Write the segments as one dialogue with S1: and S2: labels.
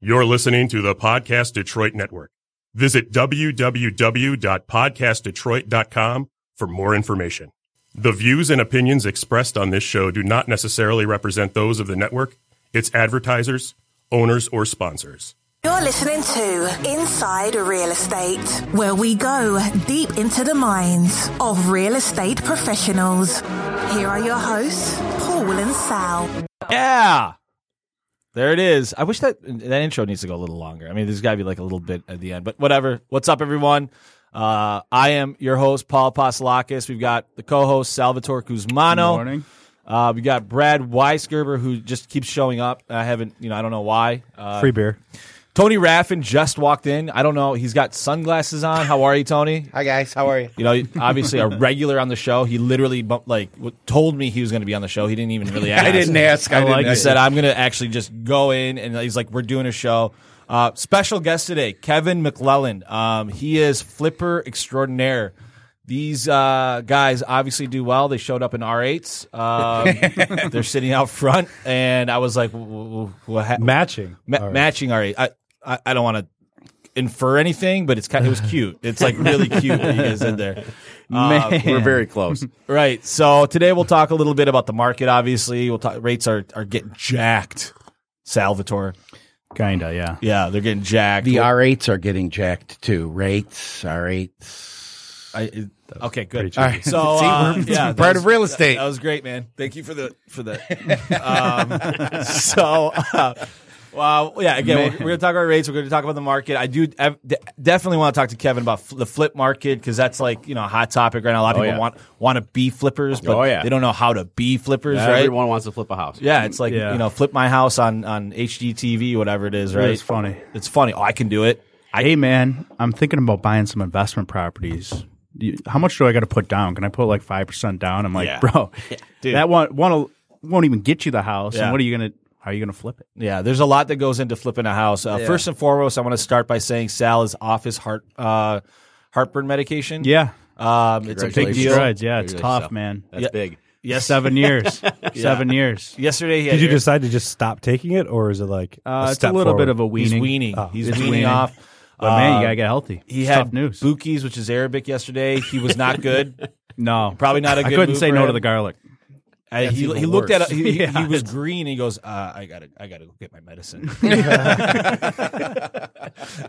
S1: You're listening to the Podcast Detroit Network. Visit www.podcastdetroit.com for more information. The views and opinions expressed on this show do not necessarily represent those of the network, its advertisers, owners, or sponsors.
S2: You're listening to Inside Real Estate, where we go deep into the minds of real estate professionals. Here are your hosts, Paul and Sal.
S3: Yeah. There it is. I wish that that intro needs to go a little longer. I mean, there's got to be like a little bit at the end, but whatever. What's up, everyone? Uh, I am your host, Paul Pasalakis. We've got the co-host Salvatore Cusmano.
S4: morning.
S3: Uh, we got Brad Weisgerber, who just keeps showing up. I haven't, you know, I don't know why. Uh,
S4: Free beer.
S3: Tony Raffin just walked in. I don't know. He's got sunglasses on. How are you, Tony?
S5: Hi guys, how are you?
S3: You know, obviously a regular on the show. He literally bu- like w- told me he was going to be on the show. He didn't even really ask.
S5: I didn't ask. I
S3: like
S5: didn't
S3: he
S5: ask.
S3: said, I'm going to actually just go in, and he's like, we're doing a show. Uh, special guest today, Kevin McClellan. Um, he is flipper extraordinaire. These uh, guys obviously do well. They showed up in R8s. Um, they're sitting out front, and I was like, w- w- what ha-
S4: Matching.
S3: Ma-
S4: All right.
S3: matching already. I I, I don't want to infer anything, but it's kind. It was cute. It's like really cute what you guys did there. Uh,
S5: We're very close.
S3: right. So today we'll talk a little bit about the market. Obviously, we'll talk. Rates are are getting jacked. Salvatore.
S4: Kinda, yeah.
S3: Yeah, they're getting jacked.
S5: The
S3: We'll-
S5: R8s are getting jacked too. Rates, R8s.
S3: I, it- okay, good.
S4: cheap. All right.
S3: So uh,
S5: See, we're
S3: yeah, that
S5: part of real
S3: that-
S5: estate.
S3: That was great, man. Thank you for the for the. um, so, uh, well, yeah. Again, we're, we're going to talk about rates. We're going to talk about the market. I do ev- de- definitely want to talk to Kevin about fl- the flip market because that's like you know a hot topic right now. A lot of people
S6: Oh, yeah.
S3: want want to be flippers, but
S6: Oh, yeah.
S3: they don't know how to be flippers, right?
S6: Everyone wants to flip a house.
S3: yeah, it's like
S4: Yeah.
S3: you know, flip my house on on HGTV, whatever it is, right?
S4: is funny.
S3: It's funny. Oh, I can do it.
S4: hey man, I'm thinking about buying some investment properties. You- How much do I got to put down? Can I put like five percent down? I'm like,
S3: Yeah.
S4: bro,
S3: dude.
S4: that one one won't even get you the house.
S3: Yeah.
S4: And what are you gonna? How are you gonna flip it?
S3: Yeah, there's a lot that goes into flipping a house. Uh, First and foremost, I want to start by saying Sal is off his heart uh, heartburn medication.
S4: Yeah,
S3: um, it's a big
S6: Congratulations.
S3: deal.
S4: strides. Yeah, it's
S6: Figure
S4: tough,
S6: yourself.
S4: man.
S6: That's
S3: Yeah.
S6: big.
S3: Yes,
S4: Seven years. Seven years.
S3: yesterday he had
S7: Did you
S3: air-
S7: decide to just stop taking it, or is it like
S4: Uh,
S7: a
S4: it's a
S7: step
S4: little
S7: forward?
S4: bit of a
S3: he's
S4: weaning.
S3: weaning.
S7: Oh,
S3: he's
S4: it's
S3: weaning,
S4: weaning.
S3: off.
S4: But man,
S3: Uh,
S4: you gotta get healthy.
S3: He
S4: It's
S3: had
S4: tough news.
S3: Bukis, which is Arabic. Yesterday he was not good. Uh,
S4: no,
S3: Probably not a
S4: I
S3: good
S4: couldn't
S3: move
S4: say
S3: for
S4: no to
S3: him.
S4: the garlic.
S3: And he
S5: even
S3: he looked at
S5: worse.
S3: he, he-
S4: Yeah,
S3: he was green. He goes, uh, I gotta I gotta go get my medicine.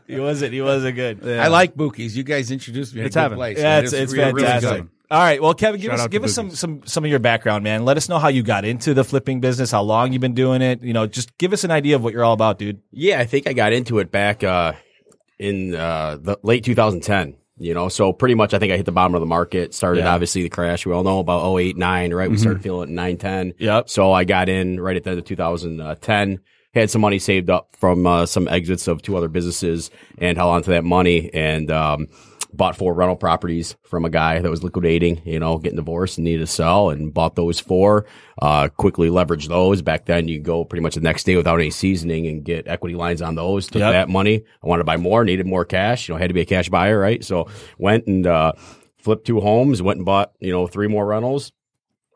S3: he wasn't he wasn't good.
S5: I like Bookies. You guys introduced me to
S4: It's
S5: a good
S4: heaven.
S5: place.
S3: Yeah,
S5: It
S3: it's,
S5: is
S3: it's
S5: really, really
S3: fantastic.
S5: good.
S3: All right, well, Kevin, give
S4: Shout
S3: us
S4: out
S3: give
S4: to
S3: us some
S4: Boogies.
S3: some some of your background, man. Let us know how you got into the flipping business, how long you've been doing it. You know, just give us an idea of what you're all about, dude.
S6: Yeah, I think I got into it back uh, in uh, the late 2010. You know, so pretty much I think I hit the bottom of the market. Started
S3: Yeah. Mm-hmm.
S6: obviously the crash. We all know about 08, 9, right? We started feeling it in 9, 10.
S3: Yep.
S6: So I got in right at the end of 2010. Had some money saved up from uh, some exits of two other businesses and held on to that money and um, bought four rental properties from a guy that was liquidating, you know, getting divorced and needed to sell and bought those four. Uh, quickly leveraged those. Back then, you could go pretty much the next day without any seasoning and get equity lines on those. Took
S3: Yep.
S6: that money. I wanted to buy more, needed more cash. You know, had to be a cash buyer, right? So went and uh, flipped two homes, went and bought, you know, three more rentals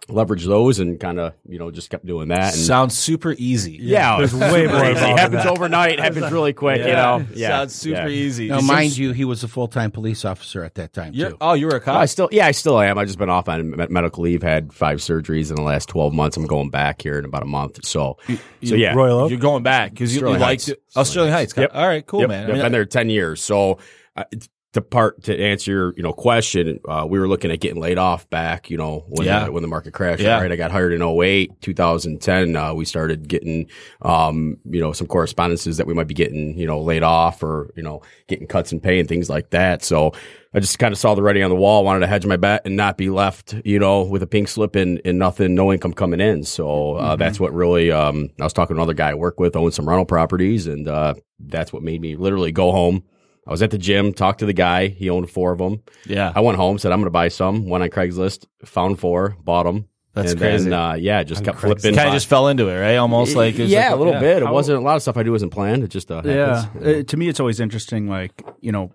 S6: leveraged those and kind of you know just kept doing that. And
S3: Sounds super easy.
S6: yeah,
S7: There's
S6: it's
S7: way more
S6: crazy.
S7: involved than
S6: happens
S7: that.
S6: overnight. Happens really quick. You know, yeah,
S3: sounds super
S6: yeah.
S3: easy.
S5: Now,
S3: Just-
S5: mind you, he was a full time police officer at that time
S3: you're-
S5: too.
S3: oh, you were a
S6: Oh, I
S3: cop.
S6: still, yeah, I still am. I've just been off on me- medical leave. Had five surgeries in the last twelve months. I'm going back here in about a month. So, so yeah,
S7: Royal Oak?
S3: You're going back because you, you
S6: Sterling
S3: liked
S6: Heights.
S3: it. Oh, Sterling Heights.
S6: Yep.
S3: All right, cool,
S6: Yep,
S3: man. I
S6: yep,
S3: mean,
S6: been there ten years. So, uh, to part to answer your you know question, uh, we were looking at getting laid off back. You know when
S3: Yeah.
S6: the, when the market crashed.
S3: Yeah.
S6: Right, I got hired in 08, 2010. Uh, we started getting um, you know some correspondences that we might be getting you know laid off or you know getting cuts in pay and things like that. So. I just kind of saw the writing on the wall, wanted to hedge my bet and not be left, you know, with a pink slip and, and nothing, no income coming in. So uh, that's what really, um, I was talking to another guy I work with, owned some rental properties, and uh, that's what made me literally go home. I was at the gym, talked to the guy. He owned four of them.
S3: yeah.
S6: I went home, said I'm going to buy some. Went on Craigslist, found four, bought them.
S3: That's
S6: and
S3: crazy.
S6: Then, uh, yeah, just kept flipping.
S3: kind of
S6: by-
S3: just fell into it, right? Almost like it's
S6: yeah,
S3: like-
S6: a little
S3: yeah.
S6: bit. It
S4: How-
S6: wasn't a lot of stuff I do wasn't planned. It just uh,
S4: Yeah,
S6: happens.
S4: Uh, to me, it's always interesting. Like you know,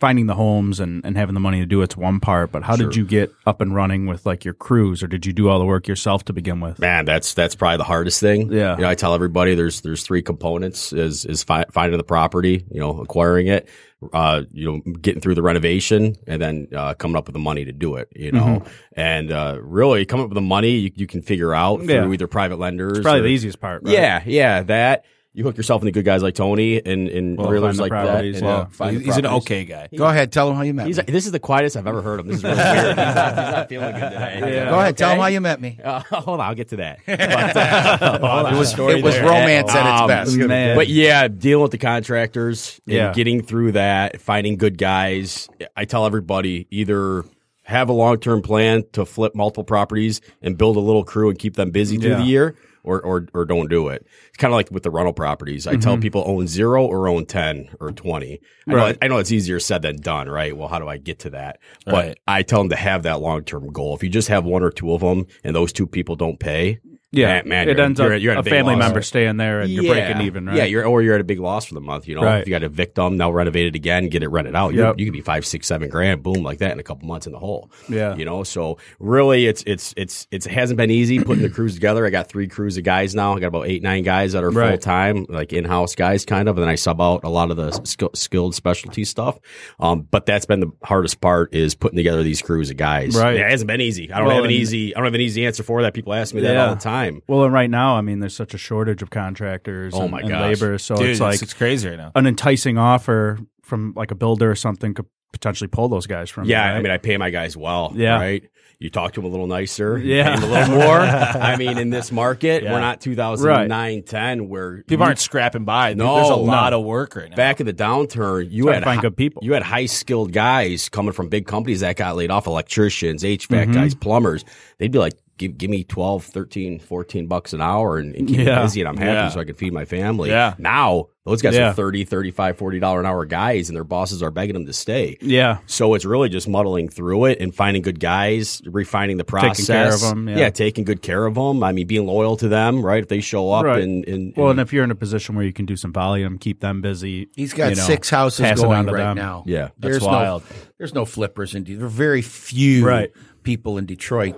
S4: finding the homes and, and having the money to do it's one part, but how did you get up and running with like your crews or did you do all the work yourself to begin with?
S6: man, that's that's probably the hardest thing.
S4: Yeah.
S6: you know, I tell everybody there's there's three components: is is fi- finding the property, you know, acquiring it, uh, you know, getting through the renovation, and then uh, coming up with the money to do it. You know, and uh, really coming up with the money you, you can figure out through
S4: Yeah.
S6: either private lenders,
S4: Probably
S6: or-
S4: the easiest part, right?
S6: Yeah, yeah, that. You hook yourself into good guys like Tony and, and
S4: Well,
S6: realtors
S4: find the
S6: like that.
S4: properties,
S6: and,
S4: yeah.
S6: uh, find the
S3: He's an
S6: properties.
S3: okay guy.
S5: Go ahead, tell him how you met
S6: He's,
S5: me.
S6: this is the quietest I've ever heard of him. This is really weird. He's not, he's not feeling good today.
S5: Go ahead, tell him how you met me.
S6: Uh, hold on, I'll get to that. But, uh, hold on.
S5: It was, it was romance at its
S6: Um,
S5: best.
S4: Man.
S6: But yeah, dealing with the contractors and
S4: Yeah.
S6: getting through that, finding good guys. I tell everybody either have a long term plan to flip multiple properties and build a little crew and keep them busy through the
S4: Yeah.
S6: year. Or, or, or don't do it. It's kind of like with the rental properties. I
S4: Mm-hmm.
S6: tell people own zero or own 10 or 20. I, know, I know it's easier said than done, right? Well, how do I get to that? But
S3: Right.
S6: I tell them to have that long term goal. If you just have one or two of them and those two people don't pay,
S4: Yeah.
S6: man, man
S4: it
S6: you're-
S4: ends
S6: you're
S4: up
S6: at- you're at
S4: a,
S6: big
S4: family
S6: loss.
S4: member staying there and you're
S6: Yeah.
S4: breaking even, right?
S6: Yeah, you're or you're at a big loss for the month. You know,
S7: Right.
S6: if you got to victim now, renovate it again, get it rented out. you're-
S4: Yep.
S6: You could be five, six, seven grand, boom, like that in a couple months in the hole.
S4: Yeah.
S6: you know. So really, it's it's it's it's it hasn't been easy putting the crews together. I got three crews of guys now. I got about eight, nine guys that are
S4: Right.
S6: full time, like in house guys, kind of. And then I sub out a lot of the skill, skilled specialty stuff. Um, but that's been the hardest part is putting together these crews of guys.
S4: Right.
S6: it hasn't been easy. I don't
S4: Well,
S6: have an
S4: and-
S6: easy. I don't have an easy answer for that. People ask me that
S4: Yeah.
S6: all the time.
S4: Well, and right now, I mean, there's such a shortage of contractors
S6: Oh
S4: and,
S6: my
S4: and
S6: gosh.
S4: labor. So
S3: Dude,
S4: it's like
S3: it's crazy right now.
S4: an enticing offer from like a builder or something could potentially pull those guys from. you,
S6: Yeah, I
S4: right?
S6: mean, I pay my guys well.
S4: Yeah.
S6: right. You talk to them a little nicer. you
S4: Yeah.
S6: pay 'em a little more. I mean, in this market, we're not 2009, 10, where
S3: People aren't scrapping by.
S6: No,
S3: There's a
S6: Mm-hmm. no.
S3: lot of work right now.
S6: back in the downturn. You
S4: Trying to
S6: had
S4: find
S6: hi-
S4: good people.
S6: You had high skilled guys coming from big companies that got laid off, electricians, HVAC
S4: Mm-hmm.
S6: guys, plumbers. They'd be like. Give, give me 12, 13, 14 bucks an hour and, and keep me
S4: Yeah.
S6: busy and I'm happy
S3: Yeah.
S6: so I can feed my family.
S3: Yeah.
S6: Now, those guys
S4: Yeah.
S6: are 30, 35, 40 dollar an hour guys and their bosses are begging them to stay.
S4: yeah,
S6: So it's really just muddling through it and finding good guys, refining the
S4: care of
S6: process.
S4: 'em, yeah.
S6: taking good care of them. I mean, being loyal to them, right? If they show up
S4: Right.
S6: and, and,
S4: Well, and if you're in a position where you can do some volume, keep them busy.
S5: He's got
S4: you know,
S5: six houses
S4: pass it on
S5: going
S4: to
S5: right
S4: them.
S5: now.
S6: Yeah, that's
S5: there's
S3: wild.
S5: no there's no flippers in Detroit. There are very few
S4: Right.
S5: people in Detroit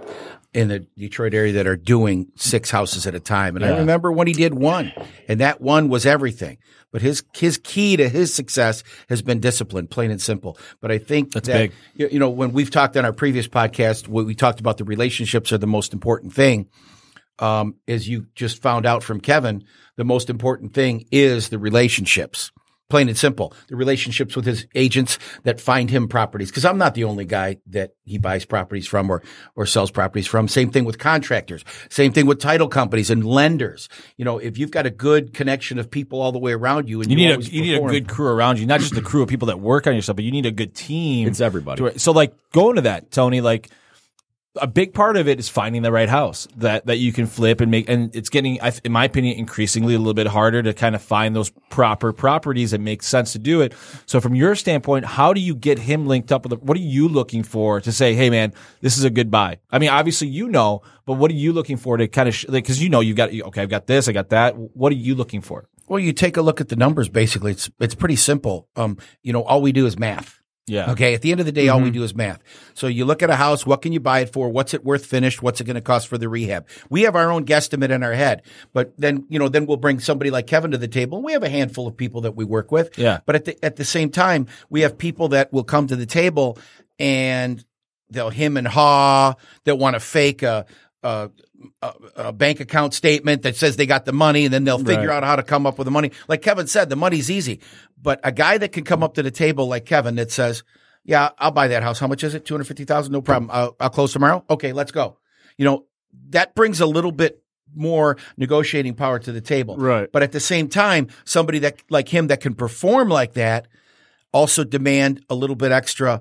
S5: in the Detroit area that are doing six houses at a time. And I remember when he did one, and that one was everything. But his his key to his success has been discipline, plain and simple. But I think that's that,
S3: big.
S5: You, you know, when we've talked on our previous podcast, we, we talked about the relationships are the most important thing as you just found out from Kevin, the most important thing is the relationships. Plain and simple, the relationships with his agents that find him properties. Cause I'm not the only guy that he buys properties from or, or sells properties from. Same thing with contractors. Same thing with title companies and lenders. You know, if you've got a good connection of people all the way around you and
S3: You
S5: you,
S3: need a
S5: always
S3: you need a
S5: perform-
S3: good crew around you, not just the crew of people that work on yourself, but you need a good team.
S6: It's everybody.
S3: to- So like going to that, Tony, like a big part of it is finding the right house that that you can flip and make and it's getting I th- in my opinion increasingly a little bit harder to kind of find those proper properties that make sense to do it so from your standpoint how do you get him linked up with the, what are you looking for to say hey man this is a good buy i mean obviously you know but what are you looking for to kind of sh- like cuz you know you got you- okay i've got this i got that what are you looking for
S5: Well, you take a look at the numbers. Basically, it's it's pretty simple. Um, you know, all we do is math.
S3: Yeah. Mm-hmm.
S5: Okay. At the end of the day, all we do is math. So you look at a house. What can you buy it for? What's it worth finished? What's it going to cost for the rehab? We have our own guesstimate in our head, but then you know, then we'll bring somebody like Kevin to the table. We have a handful of people that we work with.
S3: Yeah.
S5: But at the at the same time, we have people that will come to the table and they'll him and haw. They'll want to fake a. a a, a bank account statement that says they got the money and then they'll figure out how to come up with the money. Like Kevin said, the money's easy. But a guy that can come up to the table like Kevin that says, yeah, I'll buy that house. How much is it? 250,000. No problem. I'll, I'll close tomorrow. Okay, let's go. You know, that brings a little bit more negotiating power to the table.
S4: Right.
S5: But at the same time, somebody that like him that can perform like that also demand a little bit extra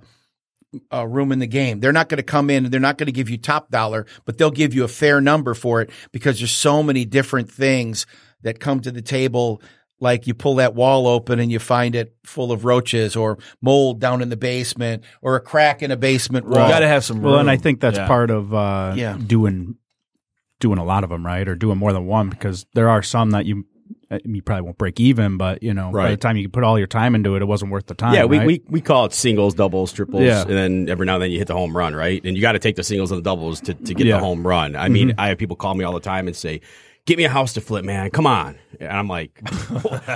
S5: uh, room in the game. They're not going to come in and they're not going to give you top dollar, but they'll give you a fair number for it because there's so many different things that come to the table. Like you pull that wall open and you find it full of roaches or mold down in the basement or a crack in a basement wall.
S3: you got to have some
S4: Well, and I
S3: room.
S4: think that's
S3: Yeah.
S4: part of uh,
S5: Yeah.
S4: doing doing a lot of them, right, or doing more than one because there are some that you. I mean, you probably won't break even, but you know, by the
S6: Right.
S4: time you put all your time into it, it wasn't worth the time.
S6: Yeah, we,
S4: right?
S6: we, we call it singles, doubles, triples,
S4: Yeah.
S6: and then every now and then you hit the home run, right? And you got to take the singles and the doubles to, to get
S4: Yeah. Mm-hmm.
S6: the home run. I mean, I have people call me all the time and say, Get me a house to flip, man. Come on. And I'm like,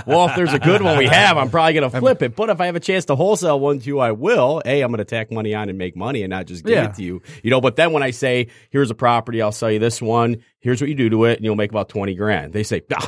S6: well, if there's a good one we have, I'm probably going to flip it. But if I have a chance to wholesale one to you, I will. A, I'm going to tack money on and make money and not just give
S4: Yeah.
S6: it to you. You know, but then when I say, here's a property, I'll sell you this one. Here's what you do to it. And you'll make about 20 grand. They say, ah,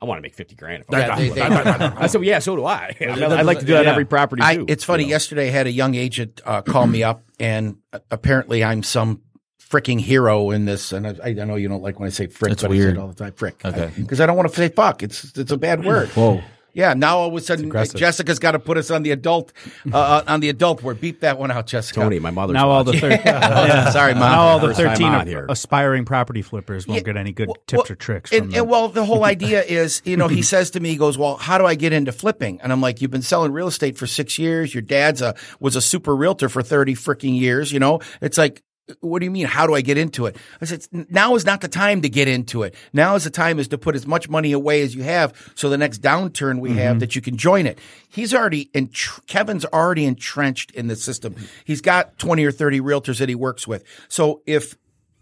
S6: I want to make 50 grand. If I
S5: Yeah, they- they-
S6: I said, well, yeah, so do I. I mean, I'd like to do that on
S3: Yeah.
S6: every property
S5: I,
S6: too.
S5: it's funny.
S6: you know?
S5: Yesterday, I had a young agent uh, call me up, and uh, apparently, I'm some freaking hero in this. And I, I know you don't like when I say frick,
S3: That's
S5: but I say
S3: weird.
S5: it all the time, frick,
S3: Okay.
S5: because I, don't want to say fuck. It's it's a bad word.
S3: Whoa.
S5: Yeah, now all of a sudden
S7: aggressive.
S5: Jessica's got to put us on the adult uh, on the adult word. Beep that one out, Jessica.
S6: Tony, my mother's
S4: now all the
S6: watching.
S4: thir- yeah.
S5: Sorry, Mom.
S4: Now all the
S6: First time
S4: thirteen
S6: on
S4: ap-
S6: here.
S4: aspiring property flippers won't
S5: Yeah,
S4: get any good
S5: well,
S4: tips
S5: well,
S4: or tricks.
S5: and-
S4: from
S5: and
S4: them.
S5: well, the whole idea is, you know, he says to me, he goes, "Well, how do I get into flipping?" And I'm like, "You've been selling real estate for six years. Your dad's a was a super realtor for thirty freaking years. You know, it's like." What do you mean? How do I get into it? I said, now is not the time to get into it. Now is the time is to put as much money away as you have. So the next downturn we
S4: Mm-hmm.
S5: have that you can join it. He's already, entr- Kevin's already entrenched in the system. He's got 20 or 30 realtors that he works with. So if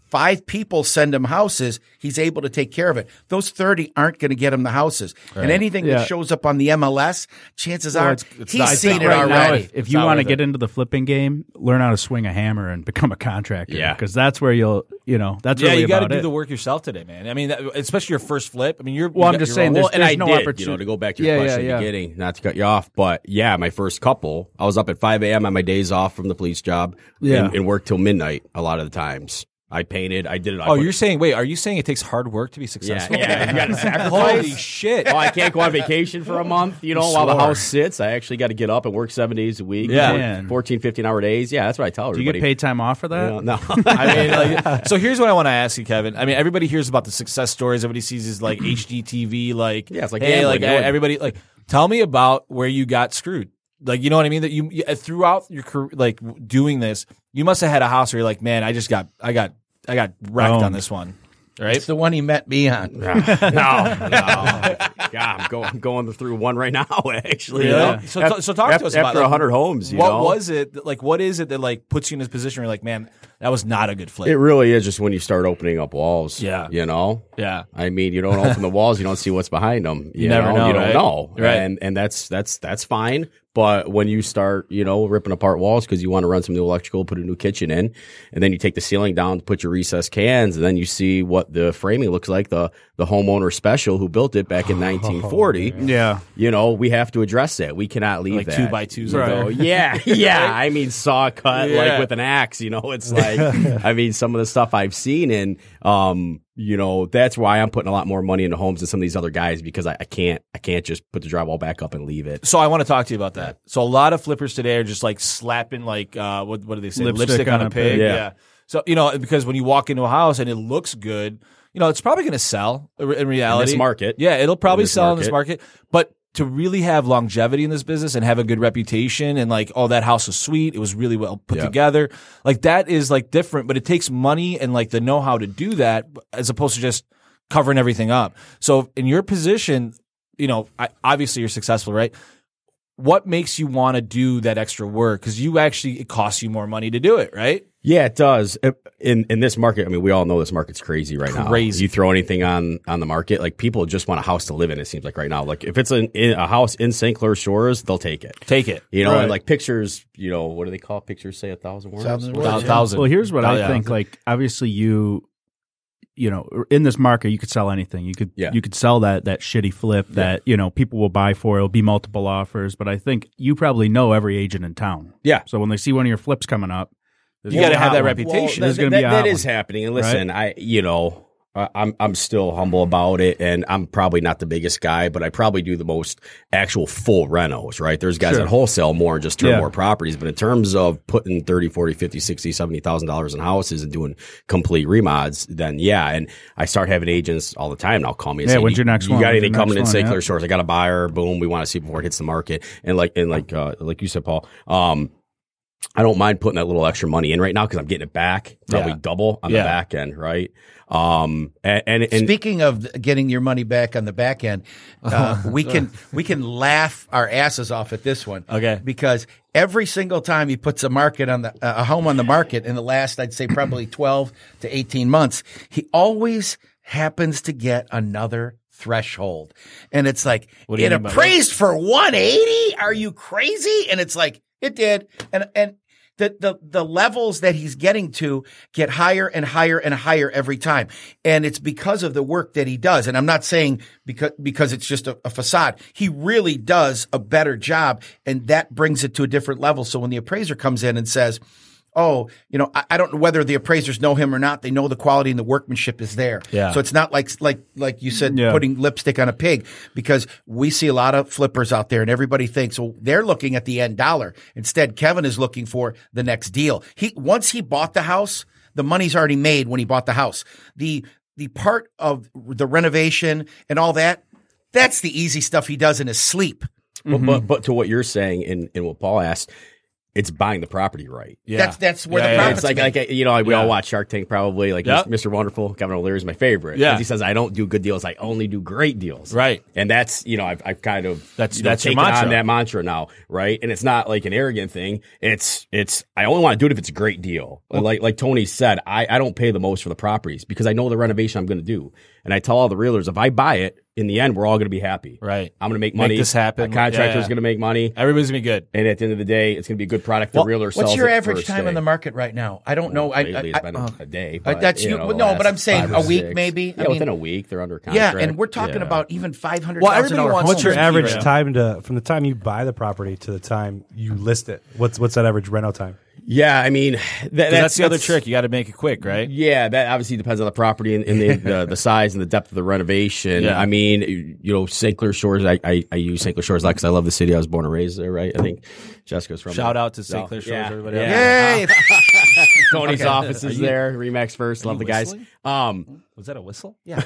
S5: five people send him houses, he's able to take care of it. Those 30 aren't going to get him the houses. And anything
S4: Yeah.
S5: that shows up on the MLS, chances are
S3: it's- it's
S5: he's
S3: not- it's
S5: seen
S3: not
S5: it
S3: right
S5: already.
S3: now.
S4: Now, if, if
S3: It's
S4: you
S3: not
S4: want to
S3: worth
S4: get
S3: it.
S4: into the flipping game, learn how to swing a hammer and become a contractor.
S6: Yeah.
S4: because that's where you'll, you know, that's
S3: Yeah,
S4: really
S3: you got
S4: about
S3: to do
S4: it.
S3: the work yourself today, man. I mean, that, especially your first flip. I mean, you're.
S4: Well,
S3: you
S4: I'm
S3: got
S4: just
S3: your
S4: saying
S3: own-
S4: there's-
S6: well, and I
S4: no
S6: did, you
S4: opportunity-
S6: know, to go back to your
S4: Yeah, yeah,
S6: question at
S4: yeah.
S6: the beginning, not to cut you off, but yeah, my first couple, I was up at 5 a.m. on my days off from the police job
S4: Yeah.
S6: and, and worked till midnight a lot of the times. I painted, I did it. I
S3: Oh,
S6: put-
S3: you're saying? Wait, are you saying it takes hard work to be
S6: yeah,
S3: successful?
S6: yeah, you got to
S3: Holy
S6: sacrifice.
S3: shit!
S6: Oh, I can't go on vacation for a month, you know, while the house sits. I actually got to get up and work seven days a week.
S3: Yeah.
S6: work
S4: Man.
S6: 14, 15 hour days. Yeah, that's what I tell
S4: do you
S6: everybody.
S4: get paid time off for that?
S6: You know, no.
S3: I mean, like, so here's what I want to ask you, Kevin. I mean, everybody hears about the success stories. Everybody sees is like HGTV, like
S6: Yeah, it's like
S3: hey,
S6: gambling,
S3: like
S6: Jordan.
S3: everybody, like tell me about where you got screwed. Like you know what I mean? That you you- throughout your career, like w- doing this, you must have had a house where you're like, man, I just got, I got, I got wrecked on
S4: Owned.
S3: this one.
S5: It's the one he met me on.
S6: no, no. Yeah, I'm going, I'm going through one right now, actually. you
S3: Yeah.
S6: know?
S3: So- so- so talk to
S6: Af-
S3: us about,
S6: after
S3: like,
S6: 100 homes. You
S3: what
S6: know?
S3: was it? that- Like, what is it that like puts you in this position where you're like, man, that was not a good flip.
S6: It really is just when you start opening up walls.
S3: Yeah.
S6: You know?
S3: yeah.
S6: I mean, you don't open the walls, you don't see what's behind them. You,
S3: never know,
S6: You don't
S3: right?
S6: know,
S3: Right.
S6: And and that's that's that's fine. But when you start, you know, ripping apart walls because you want to run some new electrical, put a new kitchen in, and then you take the ceiling down to put your recessed cans, and then you see what the framing looks like the the homeowner special who built it back in
S3: Oh,
S6: 1940.
S4: Yeah.
S6: You know, we have to address that. We cannot leave
S3: Like
S6: that.
S3: two by twos
S6: You
S3: up
S6: know?
S3: there.
S6: Yeah, yeah. I mean, saw cut
S3: Yeah.
S6: like with an axe. You know, it's like I mean, some of the stuff I've seen, and um, you know, that's why I'm putting a lot more money into homes than some of these other guys because I, I can't, I can't just put the drywall back up and leave it.
S3: So I want to talk to you about that. So a lot of flippers today are just like slapping like uh, what what do they say lipstick, on, a pig.
S6: Yeah.
S3: So you know because when you walk into a house and it looks good, you know it's probably going to sell in reality.
S6: market.
S3: yeah, it'll probably
S6: In this
S3: sell in this market. But to really have longevity in this business and have a good reputation and like oh that house was sweet, it was really well put
S6: Yeah.
S3: together, like that is like different. But it takes money and like the know how to do that as opposed to just covering everything up. So in your position, you know, I, obviously you're successful, right? What makes you want to do that extra work? Because you actually, it costs you more money to do it, right?
S6: Yeah, it does. Uh, In in this market, I mean, we all know this market's crazy right now.
S3: Crazy.
S6: You throw anything on on the market, like people just want a house to live in. It seems like right now, like if it's an, in a house in St. Clair Shores, they'll take it.
S3: Take it.
S6: You know, and like pictures, you know, what do they call pictures? Say a thousand words.
S5: Thousand
S3: Thou-
S5: words, yeah.
S3: Thousand.
S4: Well, here's what
S3: Oh,
S4: I
S3: yeah.
S4: think. Like, obviously, you, you know, in this market, you could sell anything. You could,
S6: Yeah.
S4: you could sell that that shitty flip that you know people will buy for. It'll be multiple offers, but I think you probably know every agent in town.
S6: Yeah.
S4: So when they see one of your flips coming up, there's
S3: You gotta
S4: gonna be a
S3: have
S4: hot
S3: that
S4: one.
S3: reputation.
S6: Well,
S4: There's
S6: that-
S4: gonna be
S6: that-
S4: a
S6: that
S4: hot
S6: is happening. And listen, I you know, I- I'm I'm still humble about it, and I'm probably not the biggest guy, but I probably do the most actual full renos, right? There's guys that wholesale more and just turn
S4: Yeah.
S6: more properties, but in terms of putting 30, 40, 50, 60, 70,000 dollars in houses and doing complete remods, then yeah, and I start having agents all the time now call me and
S4: Yeah,
S6: say,
S4: when's
S6: "You-
S4: your next
S6: you
S4: one?
S6: got
S4: When's your
S6: anything
S4: next
S6: coming in
S4: one?"
S6: St.
S4: Yeah.
S6: Clair Shores? I got a buyer, boom, we want to see before it hits the market." And like and like uh, like you said Paul, um I don't mind putting that little extra money in right now because I'm getting it back, probably
S3: Yeah.
S6: double on
S3: Yeah.
S6: the back end, right? Um, and and, and
S5: Speaking of th- getting your money back on the back end, uh,
S3: Uh-huh.
S5: we can we can laugh our asses off at this one.
S3: Okay.
S5: because every single time he puts a market on the a home on the market in the last I'd say probably twelve to eighteen months, he always happens to get another threshold, and it's like
S3: do you
S5: it
S3: mean by that?
S5: appraised for one eighty. Are you crazy? And it's like it did, and and. The, the the levels that he's getting to get higher and higher and higher every time, and it's because of the work that he does. And I'm not saying because because it's just a, a facade. He really does a better job, and that brings it to a different level. So when the appraiser comes in and says, "Oh, you know, I, I don't know whether the appraisers know him or not. They know the quality and the workmanship is there.
S3: Yeah.
S5: So it's not like like like you said,
S4: Yeah.
S5: putting lipstick on a pig because we see a lot of flippers out there and everybody thinks well they're looking at the end dollar instead kevin is looking for the next deal he once he bought the house the money's already made when he bought the house the the part of the renovation and all that that's the easy stuff he does in his sleep
S6: but,
S3: Mm-hmm.
S6: but but to what you're saying and, and what Paul asked, it's buying the property right.
S3: Yeah.
S5: that's that's where
S3: Yeah,
S5: the
S3: yeah,
S5: profits
S6: It's like,
S5: made.
S6: like uh, you know, we
S3: Yeah.
S6: all watch Shark Tank probably. Like
S3: Yep.
S6: Mr. Wonderful, Kevin O'Leary is my favorite. 'Cause
S3: Yeah.
S6: he says I don't do good deals; I only do great deals.
S3: Right.
S6: and that's you know I've, I've kind of
S3: That's-
S6: you know,
S3: that's your
S6: taken
S3: mantra.
S6: on that mantra now, right? And it's not like an arrogant thing. It's it's I only want to do it if it's a great deal. like like Tony said, I I don't pay the most for the properties because I know the renovation I'm going to do, and I tell all the realtors if I buy it, in the end we're all going to be happy.
S3: Right.
S6: I'm going to make
S3: Make
S6: money.
S3: this happen.
S6: A contractor's
S3: Yeah.
S6: going to make money.
S3: Everybody's gonna be good.
S6: And at the end of the day, it's going to be a good product. The
S5: Well,
S6: realtor sells
S5: what's your
S6: it
S5: average
S6: first
S5: time on
S6: day.
S5: the market right now i don't know I,
S6: Lately,
S5: I-
S6: it's been a- a day.
S5: Uh,
S6: But,
S5: that's you-
S6: know,
S5: but no,
S6: the
S5: but I'm
S6: last
S5: saying
S6: five or
S5: a week
S6: six.
S5: maybe? I
S6: Yeah, within
S5: mean-
S6: a week, they're under
S5: yeah
S6: contract.
S5: and we're talking
S6: Yeah.
S5: about even 500
S3: Well, everybody wants
S7: What's your
S3: Yeah.
S7: average
S3: Yeah.
S7: time to from the time you buy the property to the time you list it? What's what's that average rental time?
S6: Yeah, I mean, that, that's,
S3: That's, the other trick. You got to make it quick, right?
S6: Yeah, that obviously depends on the property and, and the, the the size and the depth of the renovation.
S3: Yeah.
S6: I mean, you know, St. Clair Shores. I, I, I use St. Clair Shores a lot because I love the city. I was born and raised there, right? I think Jessica's from.
S3: Shout
S6: there.
S3: out to St. Clair Shores,
S6: yeah,
S3: everybody
S6: Yeah.
S3: out there.
S5: Yay!
S6: Tony's office
S3: Are
S6: is
S3: you-
S6: there. Remax first. Love the
S3: you
S6: guys.
S3: whistling?
S6: Um,
S3: Was that a whistle?
S5: yeah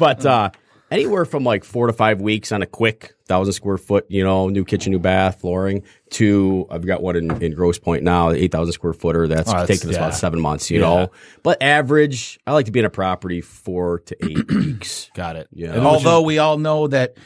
S6: but uh, anywhere from like four to five weeks on a quick thousand square foot, you know, new kitchen, new bath, flooring. To I've got one in, in Gross Point now, eight thousand square footer. That's,
S3: Oh, that's-
S6: taken us
S3: yeah.
S6: about seven months, you
S3: Yeah.
S6: know. But average, I like to be in a property four to eight weeks.
S3: Got it.
S6: Yeah.
S3: And what's your-
S5: Although we all know that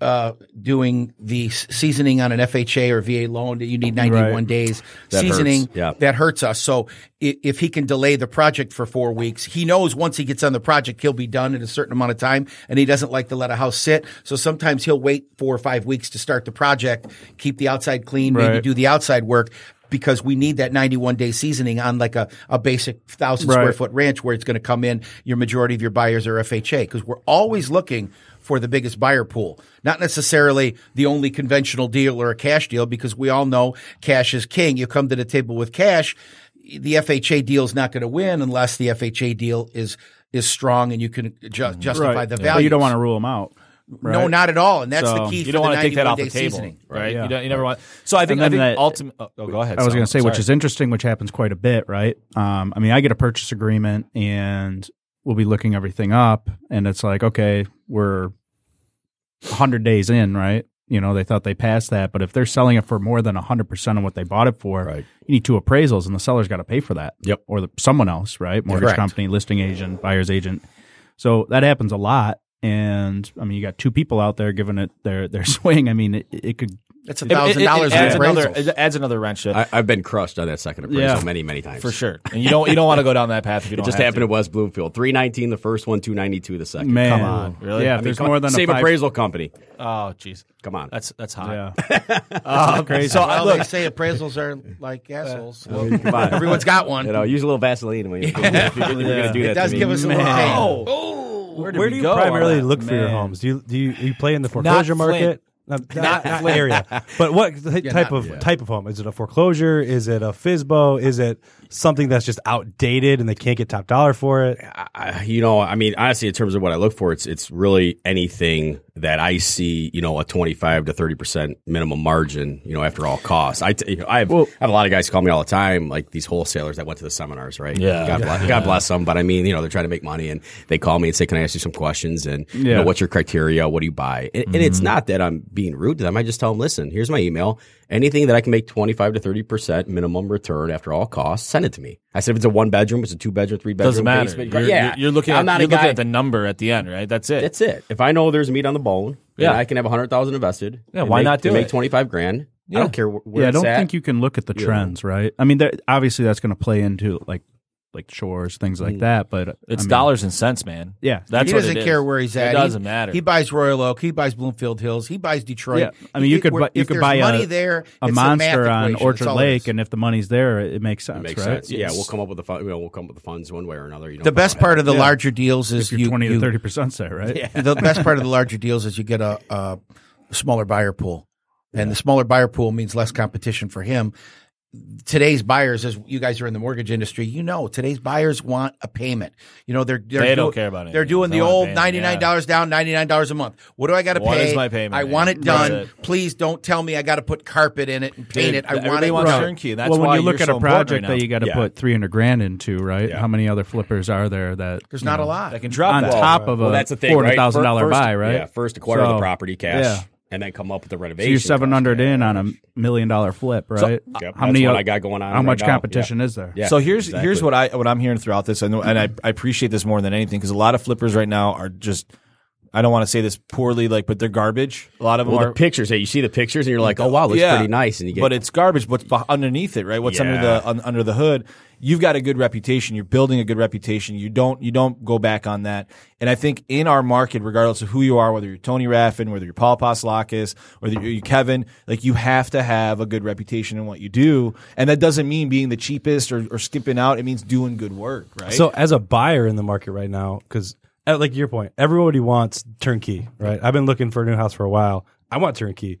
S5: uh, doing the s- seasoning on an FHA or VA loan that you need 91
S7: Right.
S5: days
S6: That
S5: seasoning
S6: hurts. Yeah.
S5: that hurts us. So if, if he can delay the project for four weeks, he knows once he gets on the project he'll be done in a certain amount of time, and he doesn't like to let a house sit. So sometimes he'll wait four or five weeks to start the project, keep the outside clean, maybe
S7: Right.
S5: do the outside work. Because we need that 91 day seasoning on like a, a basic thousand square
S7: Right.
S5: foot ranch where it's going to come in your majority of your buyers are FHA because we're always looking for the biggest buyer pool, not necessarily the only conventional deal or a cash deal because we all know cash is king. You come to the table with cash, the FHA deal is not going to win unless the FHA deal is is strong and you can
S3: Mm-hmm.
S5: ju- justify the value.
S4: But you don't want to rule them out.
S5: No,
S4: right?
S5: not at all, and that's the
S4: So-
S5: key.
S4: You
S5: for
S3: you don't
S5: the
S3: want to take that
S5: 91
S3: off the
S5: day
S3: table,
S5: seasoning.
S3: right?
S7: Yeah.
S3: You, don't, you never want. So I think I
S4: then
S3: think
S4: that-
S3: ultimate. Oh, go ahead.
S4: I was
S3: Sal.
S4: going to say, which
S3: Sorry.
S4: is interesting, which happens quite a bit, right? Um, I mean, I get a purchase agreement and we'll be looking everything up, and it's like, okay, we're 100 days in, right? You know, they thought they passed that, but if they're selling it for more than 100% of what they bought it for,
S6: Right.
S4: you need two appraisals, and the seller's got to pay for that.
S6: Yep.
S4: Or the, someone else, right? Mortgage
S5: Correct.
S4: company, listing agent, buyer's agent. So that happens a lot. And I mean, you got two people out there giving it their, their swing. I mean, it, it could
S5: That's a
S3: It- it-
S5: thousand dollars
S3: It,
S5: in
S3: adds another.
S5: appraisals.
S3: It adds another wrench to it,
S6: I, I've been crushed on that second appraisal
S4: Yeah.
S6: many, many times
S3: for sure. And you don't you don't want to go down that path if you
S6: It
S3: don't.
S6: just
S3: have
S6: happened
S3: To.
S6: at West Bloomfield. Three nineteen the first one, two ninety two the second.
S4: Man,
S3: Come on, really?
S4: Yeah,
S3: I
S4: if
S3: mean,
S4: there's
S3: come-
S4: more than
S6: Same
S4: a five,
S6: appraisal company.
S3: Oh, jeez.
S6: Come on.
S3: That's that's hot.
S4: Yeah,
S3: crazy. So I
S5: Well,
S3: look.
S5: they say appraisals are like assholes. Well,
S6: Come on.
S5: everyone's got one.
S6: You know, use a little Vaseline when you- if you're, if you're going to do
S5: it
S6: that. to
S5: does
S6: me.
S5: give us a little pain.
S3: Oh, where, did
S7: Where
S3: we
S7: do you
S3: go on
S7: primarily
S3: that?
S7: look for your
S4: Man.
S7: homes? Do you do you, you play in the foreclosure
S3: Flint.
S7: market? Not, not, not area, but what th- type of type of home? Is it a foreclosure? Is it a FISBO? Is it something that's just outdated and they can't get top dollar for it?
S6: I, you know, I mean, honestly, in terms of what I look for, it's it's really anything that I see, you know, a twenty five to thirty percent minimum margin, you know, after all costs. I, t- you know, I have I have a lot of guys call me all the time, like these wholesalers that went to the seminars, right?
S3: Yeah.
S6: God bless, God bless them, but I mean, you know, they're trying to make money, and they call me and say, "Can I ask you some questions?" And you know,
S4: Yeah.
S3: Mm-hmm.
S6: what's your criteria? What do you buy? And, and it's not that I'm being rude to them. I just tell them, "Listen, here's my email, anything that I can make 25 to 30% minimum return after all costs, send it to me. I said, if it's a one bedroom, it's a two bedroom, three bedroom,
S3: Doesn't matter.
S6: basement.
S3: You're,
S6: yeah.
S3: you're- you're looking.
S6: I'm
S3: At,
S6: not
S3: you're
S6: a guy.
S3: looking at the number at the end, right? That's it.
S6: that's it. If I know there's meat on the bone, yeah,
S3: Yeah.
S6: I can have 100,000 invested.
S3: Yeah,
S6: and
S3: why
S6: make-
S3: not do
S6: and Make
S3: it?
S6: 25 grand. I
S3: Yeah.
S6: don't care wh- where
S4: yeah, I
S6: it's
S4: don't
S6: at.
S4: think you can look at the
S6: Yeah.
S4: trends, right? I mean, there, obviously that's going to play into like like chores, things like that. But I
S3: It's
S4: mean,
S3: dollars and cents, man.
S4: Yeah,
S3: That's
S5: he
S3: what
S5: doesn't
S3: it is.
S5: care where he's at.
S3: It
S5: He-
S3: doesn't matter.
S5: He buys Royal Oak. He buys Bloomfield Hills. He buys Detroit.
S4: Yeah, I mean, you could
S5: where-
S4: bu- you
S5: if
S4: could
S5: there's
S4: buy a-
S5: money there.
S4: a
S5: it's math
S4: monster on
S5: equation. That's
S4: Orchard
S5: all it
S4: Lake,
S5: is.
S4: and if the money's there, it, it makes sense,
S6: Makes
S4: right?
S6: sense. Yeah, we'll come up with the fun, you know, we'll come up with the funds one way or another. You know,
S5: the best part of the larger deals
S4: If
S5: is
S4: you're
S5: you
S4: twenty to
S5: you-
S4: thirty percent there, right? Yeah.
S5: the best part of the larger deals is you get a, a smaller buyer pool, and the smaller buyer pool means less competition for him. Today's buyers, as you guys are in the mortgage industry, you know today's buyers want a payment. You know they're, they're
S3: They don't
S5: doing-
S3: care about it.
S5: They're doing
S3: They
S5: the
S3: want a
S5: old
S3: payment,
S5: ninety nine dollars down, ninety nine dollars a month. What do I got to pay?
S3: What is my payment,
S5: I
S3: man?
S5: want it
S3: That's
S5: done.
S3: it.
S5: Please don't tell me I got to put carpet in it and paint
S3: Dude,
S5: it. I want
S3: everybody
S5: it
S3: wants
S5: done.
S3: turnkey. and That's
S4: well, when
S3: why
S4: you look
S3: you're
S4: at
S3: so
S4: a
S3: important
S4: project
S3: right
S4: that
S3: now.
S4: you got to
S6: Yeah.
S4: put three hundred grand into, right?
S6: Yeah.
S4: How many other flippers are there that
S5: There's
S4: you
S5: not
S4: know,
S5: a lot.
S3: Mm. that can
S4: on
S3: drop that.
S4: top of
S6: well,
S4: a
S6: that's the thing,
S4: four
S6: right?
S4: hundred thousand
S6: Fir-
S4: dollar
S6: first-
S4: buy, right?
S6: Yeah, first acquire
S4: So,
S6: the property cash,
S4: yeah.
S6: and then come up with the
S4: So
S6: renovation.
S4: you're seven hundred
S6: cost.
S4: in on a million dollar flip, right?
S6: Yep, that's what I got going on
S4: How
S6: right
S4: much
S6: now.
S4: competition
S6: Yeah.
S4: is there?
S6: Yeah,
S3: so here's
S6: exactly.
S3: here's what I what I'm hearing throughout this, and and I, I appreciate this more than anything because a lot of flippers right now are just I don't want to say this poorly, like, but they're garbage. A lot of them
S6: Well,
S3: are
S6: the pictures. Hey, you see the pictures, and you're like, "Oh wow, looks pretty nice." And you get,
S3: Mm. but it's garbage. What's beh- underneath it, right? What's under
S6: Yeah.
S3: the un, under the hood? You've got a good reputation. You're building a good reputation. You don't you don't go back on that. And I think in our market, regardless of who you are, whether you're Tony Raffin, whether you're Paul Paslakis, whether you're Kevin, like you have to have a good reputation in what you do. And that doesn't mean being the cheapest or, or skipping out. It means doing good work, right?
S7: So as a buyer in the market right now, because like your point, everybody wants turnkey, right? I've been looking for a new house for a while. I want turnkey,